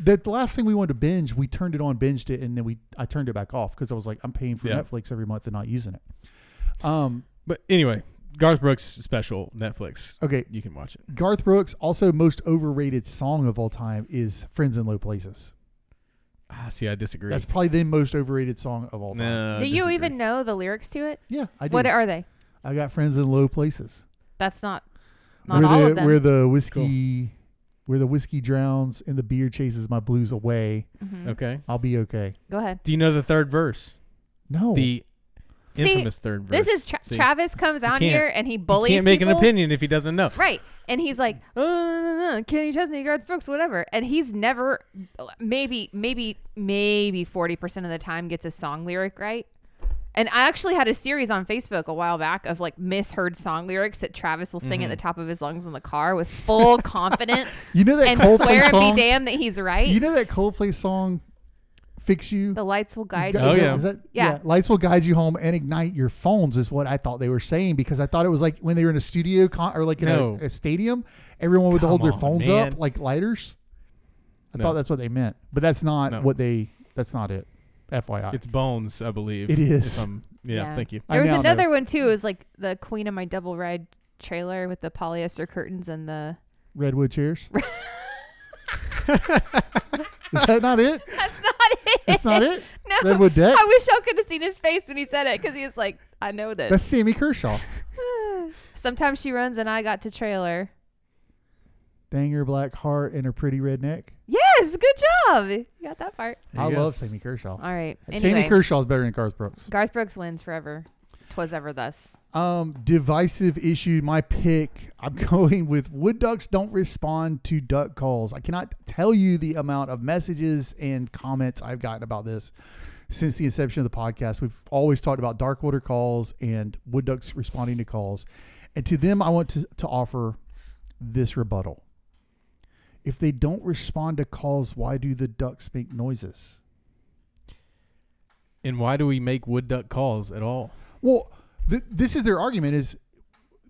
A: The, the last thing we wanted to binge, we turned it on, binged it, and then we I turned it back off because I was like, I'm paying for
B: Yeah.
A: Netflix every month and not using it. Um,
B: But anyway, Garth Brooks special Netflix.
A: okay,
B: You can watch it.
A: Garth Brooks also most overrated song of all time is "Friends in Low Places."
B: Ah, see, I disagree.
A: That's probably the most overrated song of all time.
B: no, I
D: Do you
B: disagree.
D: even know the lyrics to it?
A: Yeah, I do.
D: What are they?
A: I got friends in low places.
D: That's not not
A: where
D: all
A: the
D: of them.
A: where the whiskey, where the whiskey drowns and the beer chases my blues away.
B: Okay.
A: I'll be okay.
D: Go ahead.
B: Do you know the third verse?
A: No,
B: The
D: See,
B: infamous third verse.
D: This is tra-
B: See?
D: Travis comes on
B: can't-
D: here and he
B: He
D: bullies.
B: can't make an
D: people.
B: opinion if he doesn't know.
D: Right. And he's like, oh, no, no, no, Kenny Chesney, Garth Brooks, whatever. And he's never, maybe, maybe, maybe 40% of the time gets a song lyric right. And I actually had a series on Facebook a while back of like misheard song lyrics that Travis will sing at the top of his lungs in the car with full confidence.
A: Mm-hmm. You know that
D: and
A: Coldplay
D: swear
A: song?
D: and be damned that he's right.
A: You know that Coldplay song, "Fix You."
D: the lights will guide
A: Gu-
D: you.
B: Oh,
A: is that-
B: yeah.
A: is that-
D: Yeah.
A: Lights will guide you home and ignite your phones is what I thought they were saying because I thought it was like when they were in a studio con- or like in a-
B: No.
A: a, stadium, everyone would
B: Come
A: hold their
B: on,
A: phones
B: man.
A: up like lighters. I
B: No.
A: thought that's what they meant, but that's not
B: No.
A: what they. That's not it. FYI,
B: It's Bones, I believe.
A: It
B: if
A: is.
B: I'm- yeah,
D: Yeah.
B: Thank you.
A: I
D: There was
A: now know.
D: another one too. It was like the queen of my double ride trailer with the polyester curtains and the.
A: Redwood Cheers. Is that not it?
D: That's not it.
A: That's not it.
D: No.
A: Redwood Deck.
D: I wish y'all could have seen his face when he said it because he was like, I know this.
A: That's Sammy Kershaw.
D: Sometimes she runs and I got to trailer.
A: Danger Black Heart and her pretty redneck.
D: Yes, good job. You got that part.
B: There
A: I
B: you go.
A: love Sammy Kershaw.
D: All right.
A: Sammy
D: Anyway,
A: Kershaw is better than Garth Brooks.
D: Garth Brooks wins forever. Twas ever thus.
A: Um, divisive issue. My pick. I'm going with wood ducks don't respond to duck calls. I cannot tell you the amount of messages and comments I've gotten about this since the inception of the podcast. We've always talked about dark water calls and wood ducks responding to calls, and to them, I want to, to offer this rebuttal. If they don't respond to calls, why do the ducks make noises?
B: And why do we make wood duck calls at all?
A: Well, th- this is their argument: is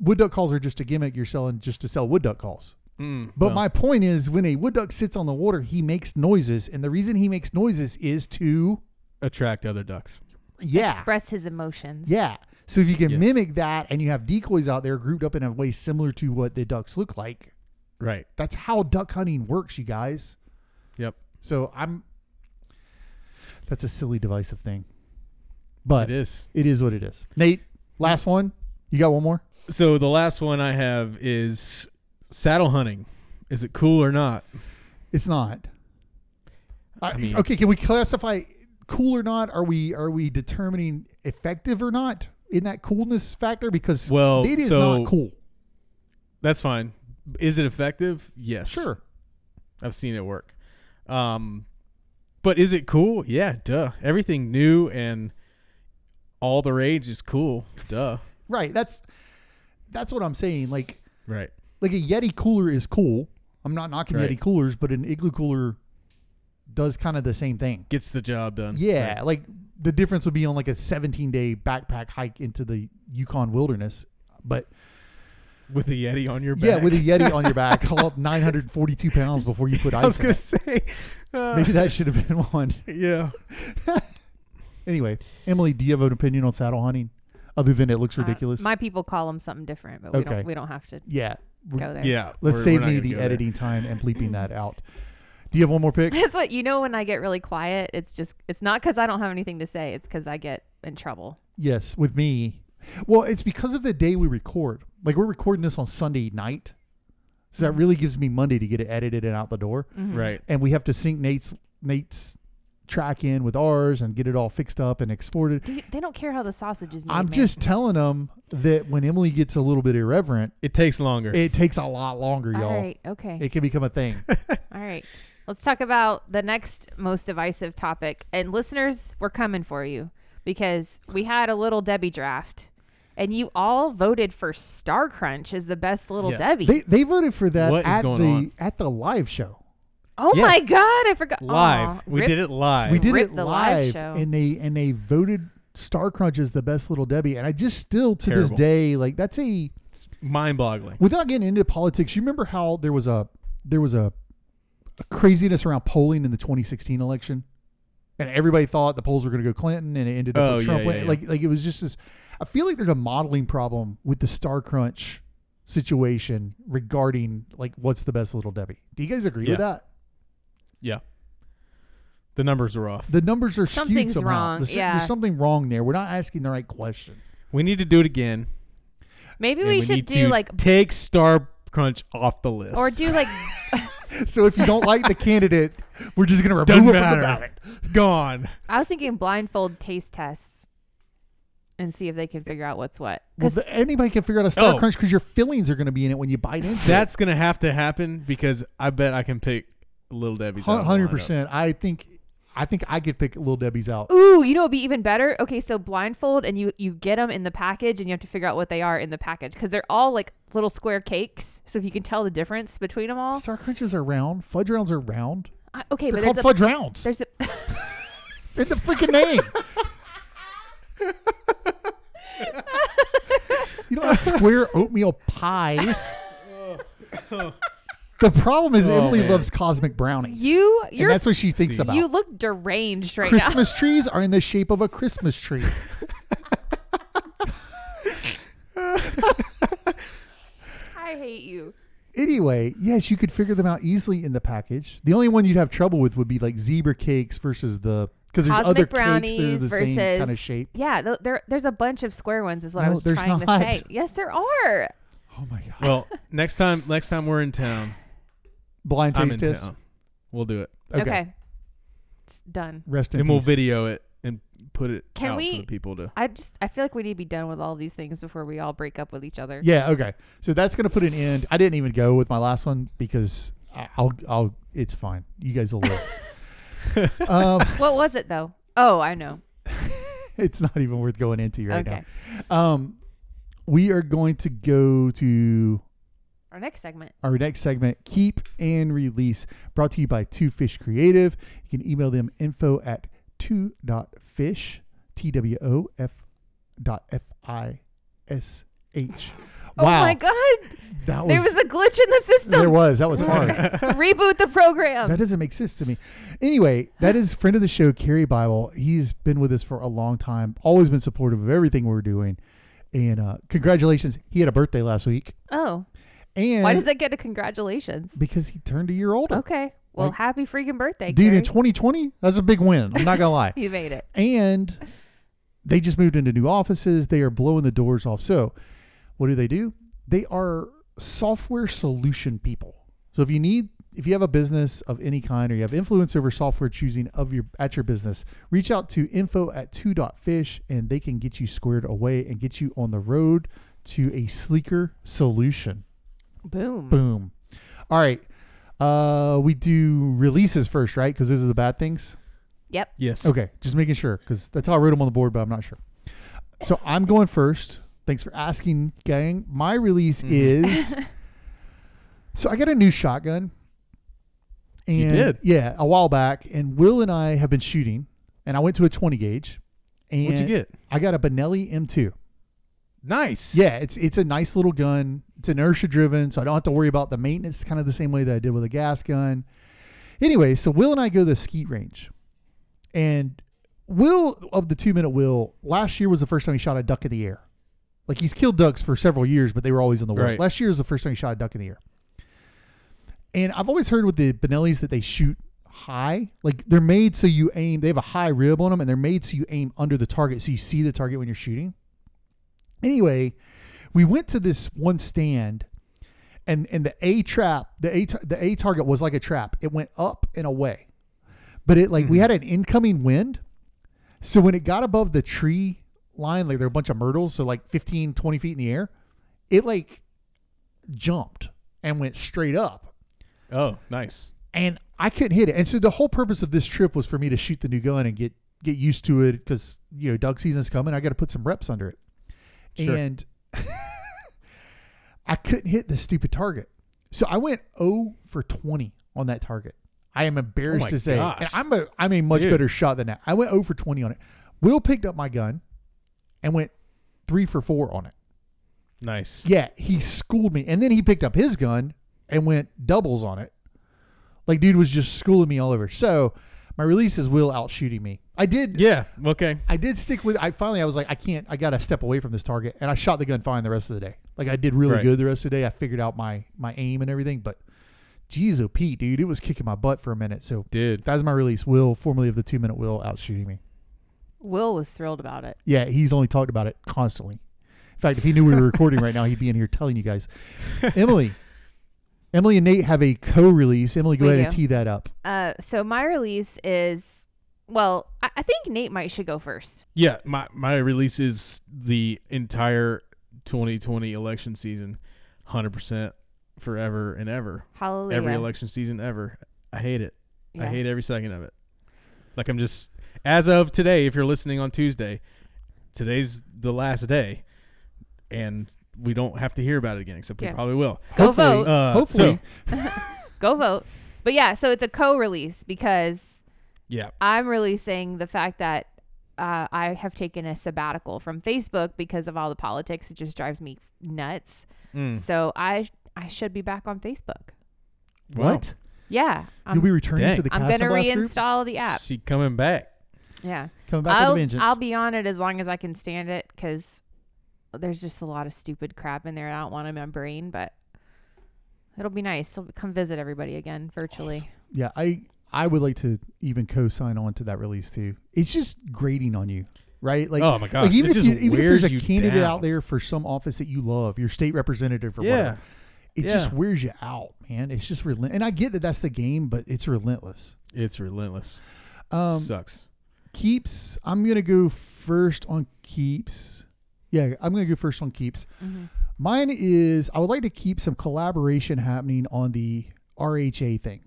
A: wood duck calls are just a gimmick you're selling just to sell wood duck calls.
B: Mm,
A: But
B: no.
A: my point is, when a wood duck sits on the water, he makes noises, and the reason he makes noises is to
B: attract other ducks.
A: yeah,
D: Express his emotions.
A: yeah. So if you can
B: Yes.
A: mimic that, and you have decoys out there grouped up in a way similar to what the ducks look like,
B: Right.
A: that's how duck hunting works, you guys.
B: Yep.
A: So I'm. That's a silly divisive thing, but
B: It is.
A: it is what it is. Nate, last one. You got one more?
B: So the last one I have is saddle hunting. Is it cool or not?
A: It's not. I,
B: I mean-
A: okay, can we classify cool or not? Are we are we determining effective or not in that coolness factor? Because
B: Well,
A: it is
B: so-
A: not cool.
B: That's fine. Is it effective? Yes.
A: Sure,
B: I've seen it work. Um, but is it cool? Yeah, duh. Everything new and all the rage is cool. Duh.
A: right. That's that's what I'm saying. Like
B: Right.
A: like a Yeti cooler is cool. I'm not knocking
B: Right.
A: Yeti coolers, but an igloo cooler does kind of the same thing.
B: Gets the job done.
A: Yeah,
B: Right.
A: like the difference would be on like a 17 day backpack hike into the Yukon wilderness, but
B: With the Yeti on your back.
A: yeah, with a Yeti on your back, haul up 942 pounds before you put ice.
B: I was
A: in
B: going
A: it.
B: to say. uh,
A: Maybe that should have been one.
B: yeah.
A: Anyway, Emily, do you have an opinion on saddle hunting other than it looks
D: Uh,
A: ridiculous?
D: my people call him something different, but we
A: Okay.
D: don't we don't have to
A: yeah. We're-
D: go there.
B: Yeah.
A: Let's
B: we're-
A: save
B: we're not
A: me
B: gonna
A: the
B: go there.
A: editing time and bleeping that out. Do you have one more pick?
D: That's what you know when I get really quiet. It's just it's not because I don't have anything to say. It's because I get in trouble.
A: yes, with me. Well, it's because of the day we record. Like we're recording this on Sunday night. So that
D: Mm-hmm.
A: really gives me Monday to get it edited and out the door.
B: Right.
A: and we have to sync Nate's Nate's track in with ours and get it all fixed up and exported.
D: Do you, they don't care how the sausage is made.
A: I'm
D: man.
A: just telling them that when Emily gets a little bit irreverent,
B: It takes longer.
A: it takes a lot longer, y'all.
D: all right. Okay.
A: It can become a thing.
D: All right. Let's talk about the next most divisive topic. And listeners, we're coming for you because we had a little Debbie draft and you all voted for Star Crunch as the best little
B: Yeah.
D: Debbie.
A: they they voted for that
B: What is
A: at
B: going
A: the
B: on?
A: at the live show.
D: oh
B: Yeah.
D: my God. I forgot.
B: live.
D: Aw,
B: we
D: rip-
B: did it live.
A: We did
D: Rip
A: it
D: the
A: live,
D: live show.
A: and they and they voted Star Crunch as the best little Debbie. And I just still to this
B: Terrible.
A: day like that's a
B: It's mind boggling.
A: without getting into politics. You remember how there was a there was a, a craziness around polling in the 2016 election, and everybody thought the polls were going to go Clinton, and it ended up
B: Oh,
A: with
B: yeah,
A: Trump.
B: yeah,
A: winning.
B: yeah.
A: Like like it was just this. I feel like there's a modeling problem with the Star Crunch situation regarding like what's the best little Debbie. Do you guys agree with
B: Yeah.
A: that?
B: Yeah. The numbers are off.
A: The numbers are skewed
D: Something's
A: somehow.
D: wrong,
A: There's,
D: yeah.
A: there's something wrong there. We're not asking the right question.
B: We need to do it again.
D: Maybe
B: and
D: we,
B: need
D: should do
B: to
D: like,
B: take Star Crunch off the list,
D: or do like,
A: So if you don't like the candidate, we're just going to
B: doesn't
A: remove it from the
B: matter.
A: ballot.
B: Gone.
D: I was thinking blindfold taste tests and see if they can figure out what's what.
A: Well,
D: 'Cause
A: th- anybody can figure out a Star
B: Oh.
A: Crunch because your fillings are going to be in it when you bite into it.
B: That's gonna have to happen because I bet I can pick Little Debbie's. out of the
A: hundred
B: lineup.
A: percent. I think, I think I could pick Little Debbie's out.
D: Ooh, you know it'd be even better. Okay, so blindfold and you you get them in the package and you have to figure out what they are in the package because they're all like little square cakes. So if you can tell the difference between them all,
A: Star Crunches are round. Fudge rounds are round.
D: I- okay,
A: They're
D: but
A: called
D: there's a,
A: fudge rounds.
D: there's a
A: It's in the freaking name. you don't have square oatmeal pies. the problem is
B: Oh,
A: Emily
B: man.
A: loves cosmic brownies.
D: you
A: and
D: you're
A: that's what she thinks
B: See.
A: about.
D: you look deranged right now.
A: Christmas trees are in the shape of a Christmas tree.
D: I hate you.
A: Anyway, yes, you could figure them out easily in the package. The only one you'd have trouble with would be like zebra cakes versus the because there's
D: Cosmic
A: other
D: brownies
A: cakes that are the
D: versus
A: same kind of shape.
D: Yeah, th- there, there's a bunch of square ones, is what I
A: No,
D: was
A: there's
D: trying
A: not.
D: to say. Yes, there are.
A: Oh my god!
B: Well, next time, next time we're in town,
A: Blind
B: I'm in
A: taste test.
B: town. We'll do it,
D: Okay, it's done.
A: Rest in
B: and we'll
A: peace.
B: video it and put it
D: Can
B: out
D: we-
B: for the people to.
D: I just I feel like we need to be done with all these things before we all break up with each other.
A: Yeah. Okay. So that's gonna put an end. I didn't even go with my last one because I- I'll. I'll. It's fine. You guys will live. um,
D: What was it though? Oh, I know.
A: it's not even worth going into right
D: Okay.
A: now. Um, we are going to go to
D: Our next segment.
A: our next segment, Keep and Release, brought to you by Two Fish Creative. You can email them info at two dot fish, T W O F dot F I S H. Wow.
D: Oh my god,
A: That
D: there
A: was,
D: was a glitch in the
A: there
D: system.
A: was, that was hard.
D: Reboot the program.
A: That doesn't make sense to me. Anyway, that is friend of the show, Carrie Bible. He's been with us for a long time, always been supportive of everything we're doing. And uh, congratulations, he had a birthday last week.
D: oh,
A: And
D: why does that get a congratulations?
A: because he turned a year older.
D: Okay, well,
A: Like-
D: happy freaking birthday,
A: Dude,
D: Carrie.
A: in 2020, that's a big win. I'm not gonna lie.
D: you made it.
A: And they just moved into new offices. They are blowing the doors off. So, what do they do? They are software solution people. So if you need, if you have a business of any kind, or you have influence over software choosing of your at your business, reach out to info at two dot fish, and they can get you squared away and get you on the road to a sleeker solution.
D: Boom.
A: Boom. All right. Uh, we do releases first, right? Because those are the bad things.
B: Yes.
A: Okay, just making sure because that's how I wrote them on the board, but I'm not sure. So I'm going first. Thanks for asking, gang. My release
B: Mm-hmm.
A: is. so I got a new shotgun. And
B: You did?
A: Yeah, a while back, and Will and I have been shooting, and I went to a 20 gauge. And
B: What'd you get?
A: I got a Benelli M2.
B: Nice.
A: Yeah, it's it's a nice little gun. It's inertia driven, so I don't have to worry about the maintenance. Kind of the same way that I did with a gas gun. Anyway, so Will and I go to the skeet range, and Will of the two minute Will last year was the first time he shot a duck in the air. Like he's killed ducks for several years, but they were always in the water.
B: Right.
A: Last year was the first time he shot a duck in the air. And I've always heard with the Benellis that they shoot high. Like they're made so you aim, they have a high rib on them and they're made so you aim under the target so you see the target when you're shooting. Anyway, we went to this one stand and and the A trap, the A tar- the A target was like a trap. It went up and away. But it like we had an incoming wind. So when it got above the tree line, like there were a bunch of myrtles, so like 15, 20 feet in the air, it like jumped and went straight up
B: Oh, nice.
A: and I couldn't hit it. And so the whole purpose of this trip was for me to shoot the new gun and get get used to it because you know duck season's coming. I got to put some reps under it,
B: Sure.
A: and I couldn't hit the stupid target. So I went 0 for 20 on that target. I am embarrassed
B: Oh my
A: to say,
B: gosh.
A: and I'm a I'm a much
B: Dude.
A: better shot than that. I went 0 for 20 on it. Will picked up my gun and went three for four on it.
B: Nice.
A: Yeah, he schooled me. And then he picked up his gun and went doubles on it. Like, dude was just schooling me all over. So my release is Will out shooting me. I did.
B: Yeah. Okay.
A: I did stick with. I finally I was like, I can't. I gotta step away from this target, and I shot the gun fine the rest of the day. Like I did really
B: Right.
A: good the rest of the day. I figured out my my aim and everything. But geez, oh Pete, dude, it was kicking my butt for a minute. So
B: Did.
A: that's my release. Will formerly of the two minute Will out shooting me.
D: Will was thrilled about it.
A: Yeah, he's only talked about it constantly. In fact, if he knew we were recording right now, he'd be in here telling you guys. Emily, Emily and Nate have a co-release. Emily, go
D: We
A: ahead and
D: do.
A: tee that up.
D: Uh, so my release is, well, I, I think Nate might should go first.
B: Yeah. My my release is the entire 2020 election season, 100 percent forever and ever.
D: Hallelujah.
B: Every election season ever. I hate it. I
D: Oh, Yeah.
B: hate every second of it. Like I'm just as of today, if you're listening on Tuesday, today's the last day, and we don't have to hear about it again, except
D: Yeah.
B: we probably will.
D: Go
A: Hopefully-
D: vote.
B: Uh,
A: Hopefully,
B: so,
D: go vote. But yeah, so it's a co-release because
B: yeah,
D: I'm releasing the fact that uh, I have taken a sabbatical from Facebook because of all the politics. It just drives me nuts.
A: Hmm.
B: Mm.
D: So I I should be back on Facebook.
A: what?
D: Yeah, I'm,
A: You'll be returning
B: Dang.
A: to the
D: I'm
A: Cast and
D: gonna
A: Blast group?
D: reinstall the app.
B: She coming back.
D: Yeah,
A: Coming back with a
D: I'll
A: vengeance.
D: I'll be on it as long as I can stand it because there's just a lot of stupid crap in there. I don't want in my brain, but It'll be nice. I'll come visit everybody again virtually.
A: Yeah, I I would like to even co-sign on to that release too. It's just grating on you, right? Like,
B: Oh my gosh,
A: like even
B: it
A: if
B: just
A: you, even if
B: wears
A: there's a
B: you
A: candidate
B: down.
A: out there for some office that you love, your state representative or
B: Yeah.
A: whatever, it just
B: Yeah.
A: wears you out, man. It's just relentless. And I get that that's the game, but it's relentless.
B: It's relentless.
A: Um,
B: Sucks.
A: keeps. I'm gonna go first on keeps. Yeah, I'm gonna go first on keeps. Mine is I would like to keep some collaboration happening on the RHA thing.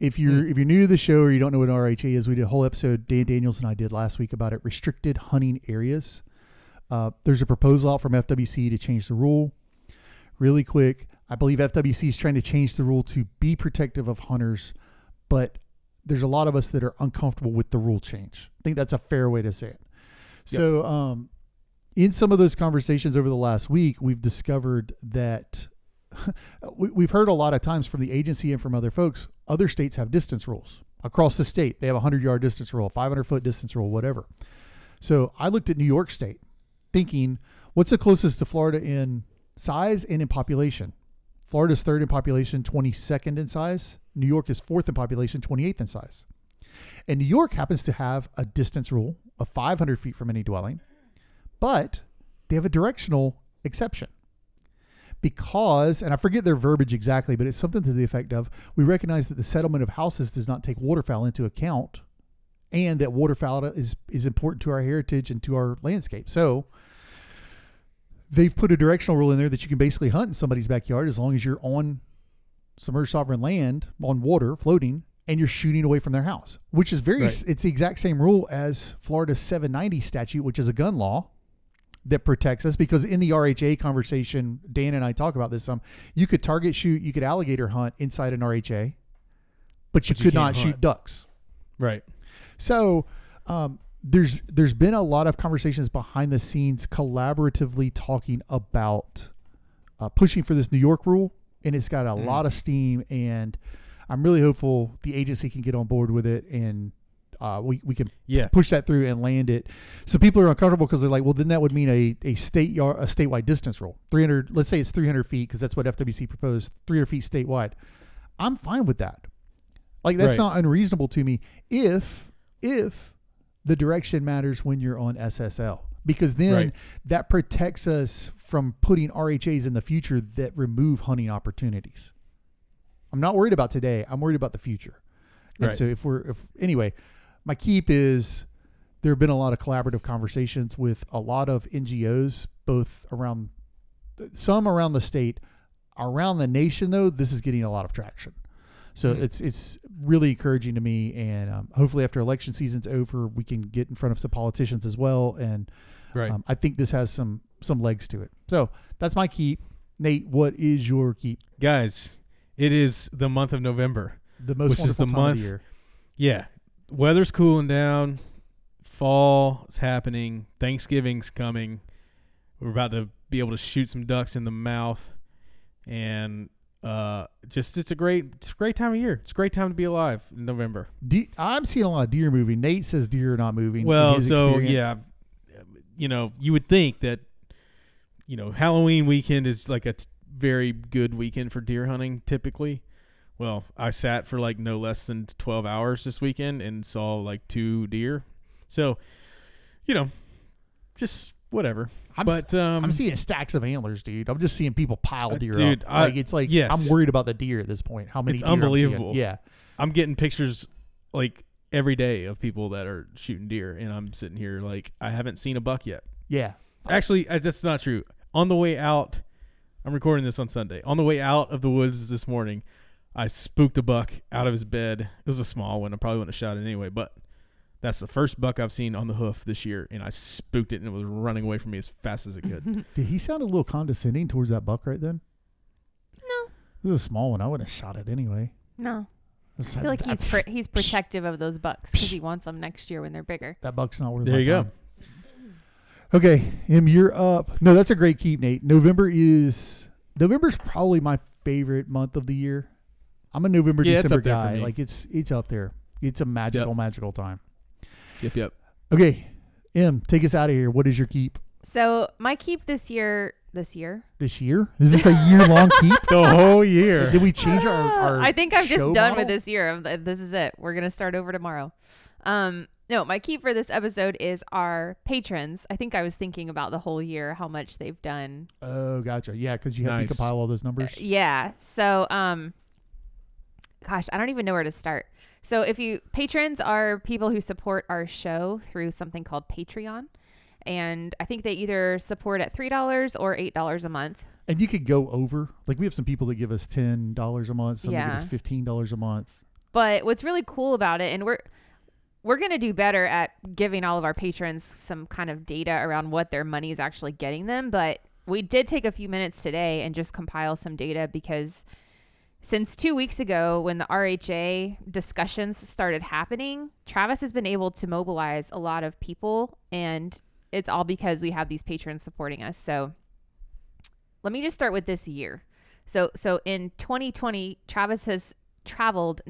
A: If you're if you're new to the show or you don't know what RHA is, we did a whole episode Dan Daniels and I did last week about it. Restricted hunting areas. Uh, there's a proposal out from FWC to change the rule. Really quick, I believe FWC is trying to change the rule to be protective of hunters, but there's a lot of us that are uncomfortable with the rule change. I think that's a fair way to say it. So, um, in some of those conversations over the last week, we've discovered that we, we've heard a lot of times from the agency and from other folks, other states have distance rules across the state. They have a 100 yard distance rule, 500 foot distance rule, whatever. So, I looked at New York State thinking, what's the closest to Florida in size and in population? Florida's third in population, 22nd in size. New York is fourth in population, 28th in size. And New York happens to have a distance rule of 500 feet from any dwelling, but they have a directional exception. Because, and I forget their verbiage exactly, but it's something to the effect of we recognize that the settlement of houses does not take waterfowl into account and that waterfowl is, is important to our heritage and to our landscape. So they've put a directional rule in there that you can basically hunt in somebody's backyard as long as you're on submerged sovereign land on water floating and you're shooting away from their house which is very
B: Right.
A: it's the exact same rule as florida's 790 statute which is a gun law that protects us because in the rha conversation dan and i talk about this some you could target shoot you could alligator hunt inside an rha but you
B: But you
A: could
B: can't
A: not shoot
B: hunt.
A: ducks
B: Right.
A: so um, there's there's been a lot of conversations behind the scenes, collaboratively talking about uh, pushing for this New York rule, and it's got a lot of steam. And I'm really hopeful the agency can get on board with it, and uh, we we can
B: Yeah.
A: push that through and land it. So people are uncomfortable because they're like, well, then that would mean a, a state yard, a statewide distance rule. 300, let's say it's 300 feet because that's what FWC proposed, 300 feet statewide. I'm fine with that. Like that's
B: Right.
A: not unreasonable to me if if the direction matters when you're on SSL because then
B: Right.
A: that protects us from putting RHAs in the future that remove hunting opportunities. I'm not worried about today. I'm worried about the future. And
B: Right.
A: so if we're if anyway, my keep is there have been a lot of collaborative conversations with a lot of NGOs, both around some around the state, around the nation. Though this is getting a lot of traction, so
B: Hmm.
A: it's it's really encouraging to me. And um, hopefully, after election season's over, we can get in front of some politicians as well. And
B: Right.
A: um, I think this has some some legs to it. So that's my keep. Nate, what is your keep?
B: Guys, it is the month of November.
A: The most
B: Which is
A: wonderful
B: the
A: time of
B: month-
A: the year.
B: Yeah. Weather's cooling down. Fall is happening. Thanksgiving's coming. We're about to be able to shoot some ducks in the mouth. And uh just it's a great it's a great time of year. It's a great time to be alive in November.
A: De- I'm seeing a lot of deer moving. Nate says deer are not moving. in
B: Well,
A: his
B: so
A: experience.
B: yeah, you know, you would think that you know Halloween weekend is like a t- very good weekend for deer hunting typically. Well, I sat for like no less than twelve hours this weekend and saw like two deer. So, you know, just whatever.
A: I'm s-
B: but um,
A: I'm seeing stacks of antlers, dude. I'm just seeing people pile
B: Uh,
A: deer
B: dude,
A: up.
B: I-
A: Like it's like
B: yes.
A: I'm worried about the deer at this point. How many?
B: It's
A: deer I'm seeing.
B: unbelievable.
A: Yeah,
B: I'm getting pictures like every day of people that are shooting deer, and I'm sitting here like I haven't seen a buck yet.
A: yeah.
B: Actually, I, that's not true. On the way out, I'm recording this on Sunday. On the way out of the woods this morning, I spooked a buck out of his bed. It was a small one. I probably wouldn't have shot it anyway, but that's the first buck I've seen on the hoof this year, and I spooked it, and it was running away from me as fast as it could.
A: Did he sound a little condescending towards that buck right then?
D: No.
A: This is a small one. I would have shot it anyway.
D: No.
A: It's-
D: I feel like he's
A: that-
D: pr- he's protective of those bucks because he wants them next year when they're bigger.
A: that buck's not worth.
B: there
A: my
B: you go.
A: time. Okay, Em, you're up. No, that's a great keep, Nate. November is November's probably my favorite month of the year. I'm a November
B: Yeah, it's
A: December
B: up there for
A: guy.
B: me.
A: Like it's it's up there. It's a magical magical time.
B: Yep, yep.
A: Okay, M, take us out of here. What is your keep?
D: So my keep this year this year.
A: this year? Is this a year long keep?
B: The whole year.
A: Did we change our? our
D: Uh, I think I'm just
A: show
D: done with
A: model?
D: this year. I'm th- This is it. We're gonna start over tomorrow. Um, no, my key for this episode is our patrons. I think I was thinking about the whole year, how much they've done.
A: Oh, gotcha. Yeah, because you had
B: Nice.
A: to compile all those numbers.
D: Uh, Yeah. So, um, gosh, I don't even know where to start. So, if you patrons are people who support our show through something called Patreon, and I think they either support at three dollars or eight dollars a month.
A: And you could go over. Like we have some people that give us ten dollars a month, some that give us
D: Yeah.
A: fifteen dollars a month.
D: But what's really cool about it, and we're we're gonna do better at giving all of our patrons some kind of data around what their money is actually getting them. But we did take a few minutes today and just compile some data because since two weeks ago, when the RHA discussions started happening, Travis has been able to mobilize a lot of people, and it's all because we have these patrons supporting us. So let me just start with this year. So so in 2020, Travis has traveled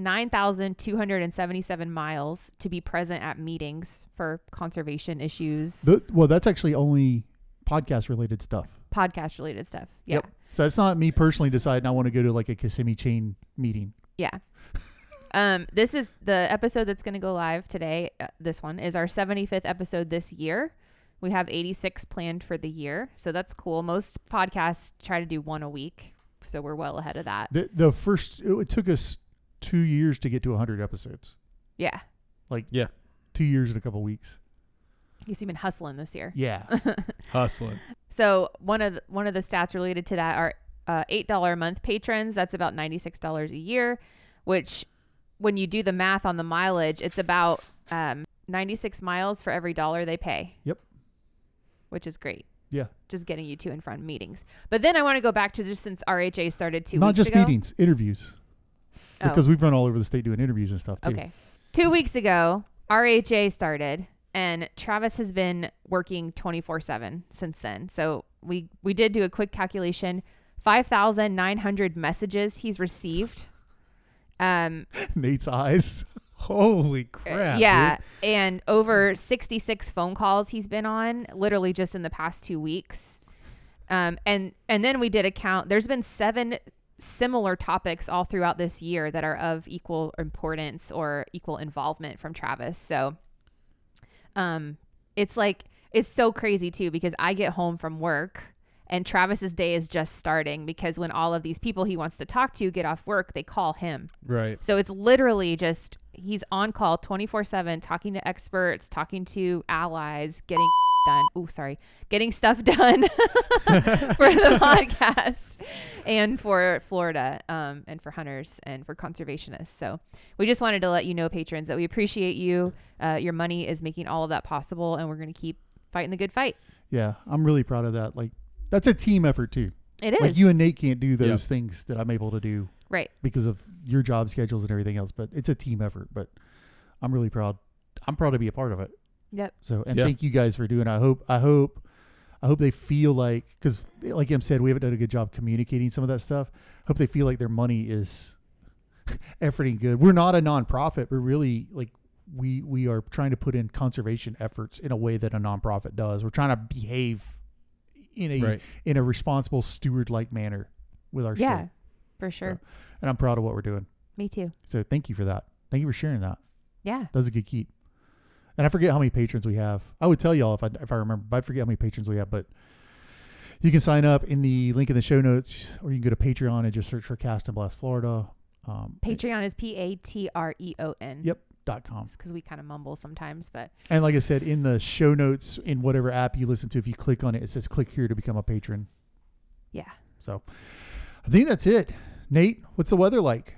D: 9,277 miles to be present at meetings for conservation issues,
A: Th well, that's actually only podcast related stuff.
D: podcast related stuff. Yeah.
A: So it's not me personally deciding I want to go to like a Kissimmee chain meeting.
D: Yeah. um, this is the episode that's going to go live today. Uh, this one is our 75th episode this year. We have 86 planned for the year. So that's cool. Most podcasts try to do one a week. So we're well ahead of that.
A: The, the first it, it took us two years to get to hundred episodes.
D: Yeah.
A: Two years and a couple weeks.
D: Guess you've been hustling this year.
A: Yeah.
B: Hustling.
D: So one of the, one of the stats related to that are uh, eight dollar a month patrons. That's about ninety six dollars a year, which when you do the math on the mileage, it's about um, ninety six miles for every dollar they pay.
A: Yep.
D: Which is great.
A: Yeah.
D: Just getting you to and from meetings. But then I want to go back to just since RHA started two
A: not
D: weeks
A: just
D: ago.
A: meetings, interviews.
D: Oh.
A: Because we've run all over the state doing interviews and stuff too.
D: Okay. Two weeks ago, RHA started, and Travis has been working 24 7 since then. So we, we did do a quick calculation 5,900 messages he's received. Um,
A: Nate's eyes.
B: Holy crap.
D: Uh, yeah.
B: dude.
D: And over 66 phone calls he's been on, literally just in the past two weeks. Um, and, and then we did a count. There's been seven similar topics all throughout this year that are of equal importance or equal involvement from Travis. So um it's like it's so crazy too because i get home from work and travis's day is just starting because when all of these people he wants to talk to get off work they call him
B: Right.
D: so it's literally just he's on call 24/7 talking to experts, talking to allies, getting done. Oh, sorry. Getting stuff done for the podcast and for Florida um, and for hunters and for conservationists. So we just wanted to let you know patrons that we appreciate you. Uh, your money is making all of that possible and we're going to keep fighting the good fight.
A: Yeah. I'm really proud of that. Like that's a team effort too.
D: It is.
A: Like you and Nate can't do those things that I'm able to do
D: right.
A: because of your job schedules and everything else. But it's a team effort. But I'm really proud. I'm proud to be a part of it.
D: Yep.
A: So and
B: Yeah.
A: thank you guys for doing. I hope. I hope. I hope they feel like because like Em said, we haven't done a good job communicating some of that stuff. Hope they feel like their money is efforting good. We're not a nonprofit. We're really like we we are trying to put in conservation efforts in a way that a nonprofit does. We're trying to behave in a
B: Right.
A: in a responsible steward like manner with our
D: Yeah.
A: state.
D: For sure.
A: So, and I'm proud of what we're doing.
D: Me too.
A: So thank you for that. Thank you for sharing that.
D: Yeah.
A: That was a good keep. And I forget how many patrons we have. I would tell y'all if I if I remember, but I forget how many patrons we have. But you can sign up in the link in the show notes, or you can go to Patreon and just search for Cast and Blast Florida. Um,
D: Patreon is P A T R E O N.
A: Yep. Dot com.
D: because we kind of mumble sometimes, but
A: And like I said, in the show notes, in whatever app you listen to, if you click on it, it says click here to become a patron.
D: yeah.
A: So I think that's it. Nate, what's the weather like?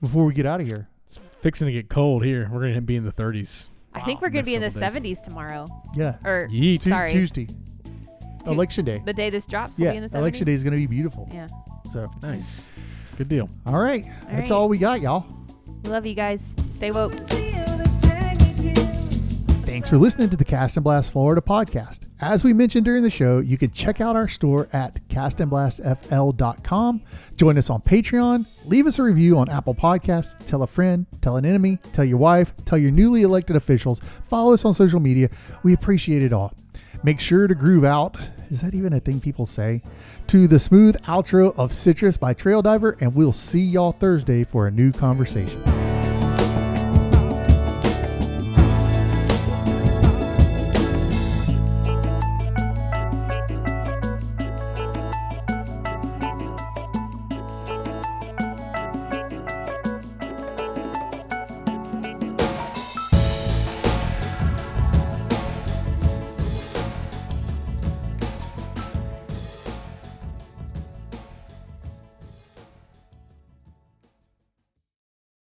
A: Before we get out of here.
B: It's fixing to get cold here. We're going to be in the 30s.
D: I think we're going
B: Next
D: to be in the
B: couple days.
D: 70s tomorrow.
A: Yeah.
D: Or
B: Yeet.
A: Tu-
D: sorry.
A: Tuesday.
D: Tu-
A: election day.
D: the day this drops, we'll
A: Yeah.
D: be in the 70s.
A: Election day is going to be beautiful.
D: Yeah.
A: So.
B: Nice. Good deal.
A: All right.
D: right.
A: That's all we got, y'all.
D: We love you guys. Stay woke.
A: Thanks for listening to the Cast and Blast Florida podcast. As we mentioned during the show, you can check out our store at castandblastfl.com. Join us on Patreon, leave us a review on Apple Podcasts, tell a friend, tell an enemy, tell your wife, tell your newly elected officials, follow us on social media. We appreciate it all. Make sure to groove out. Is that even a thing people say? To the smooth outro of Citrus by Trail Diver, and we'll see y'all Thursday for a new conversation.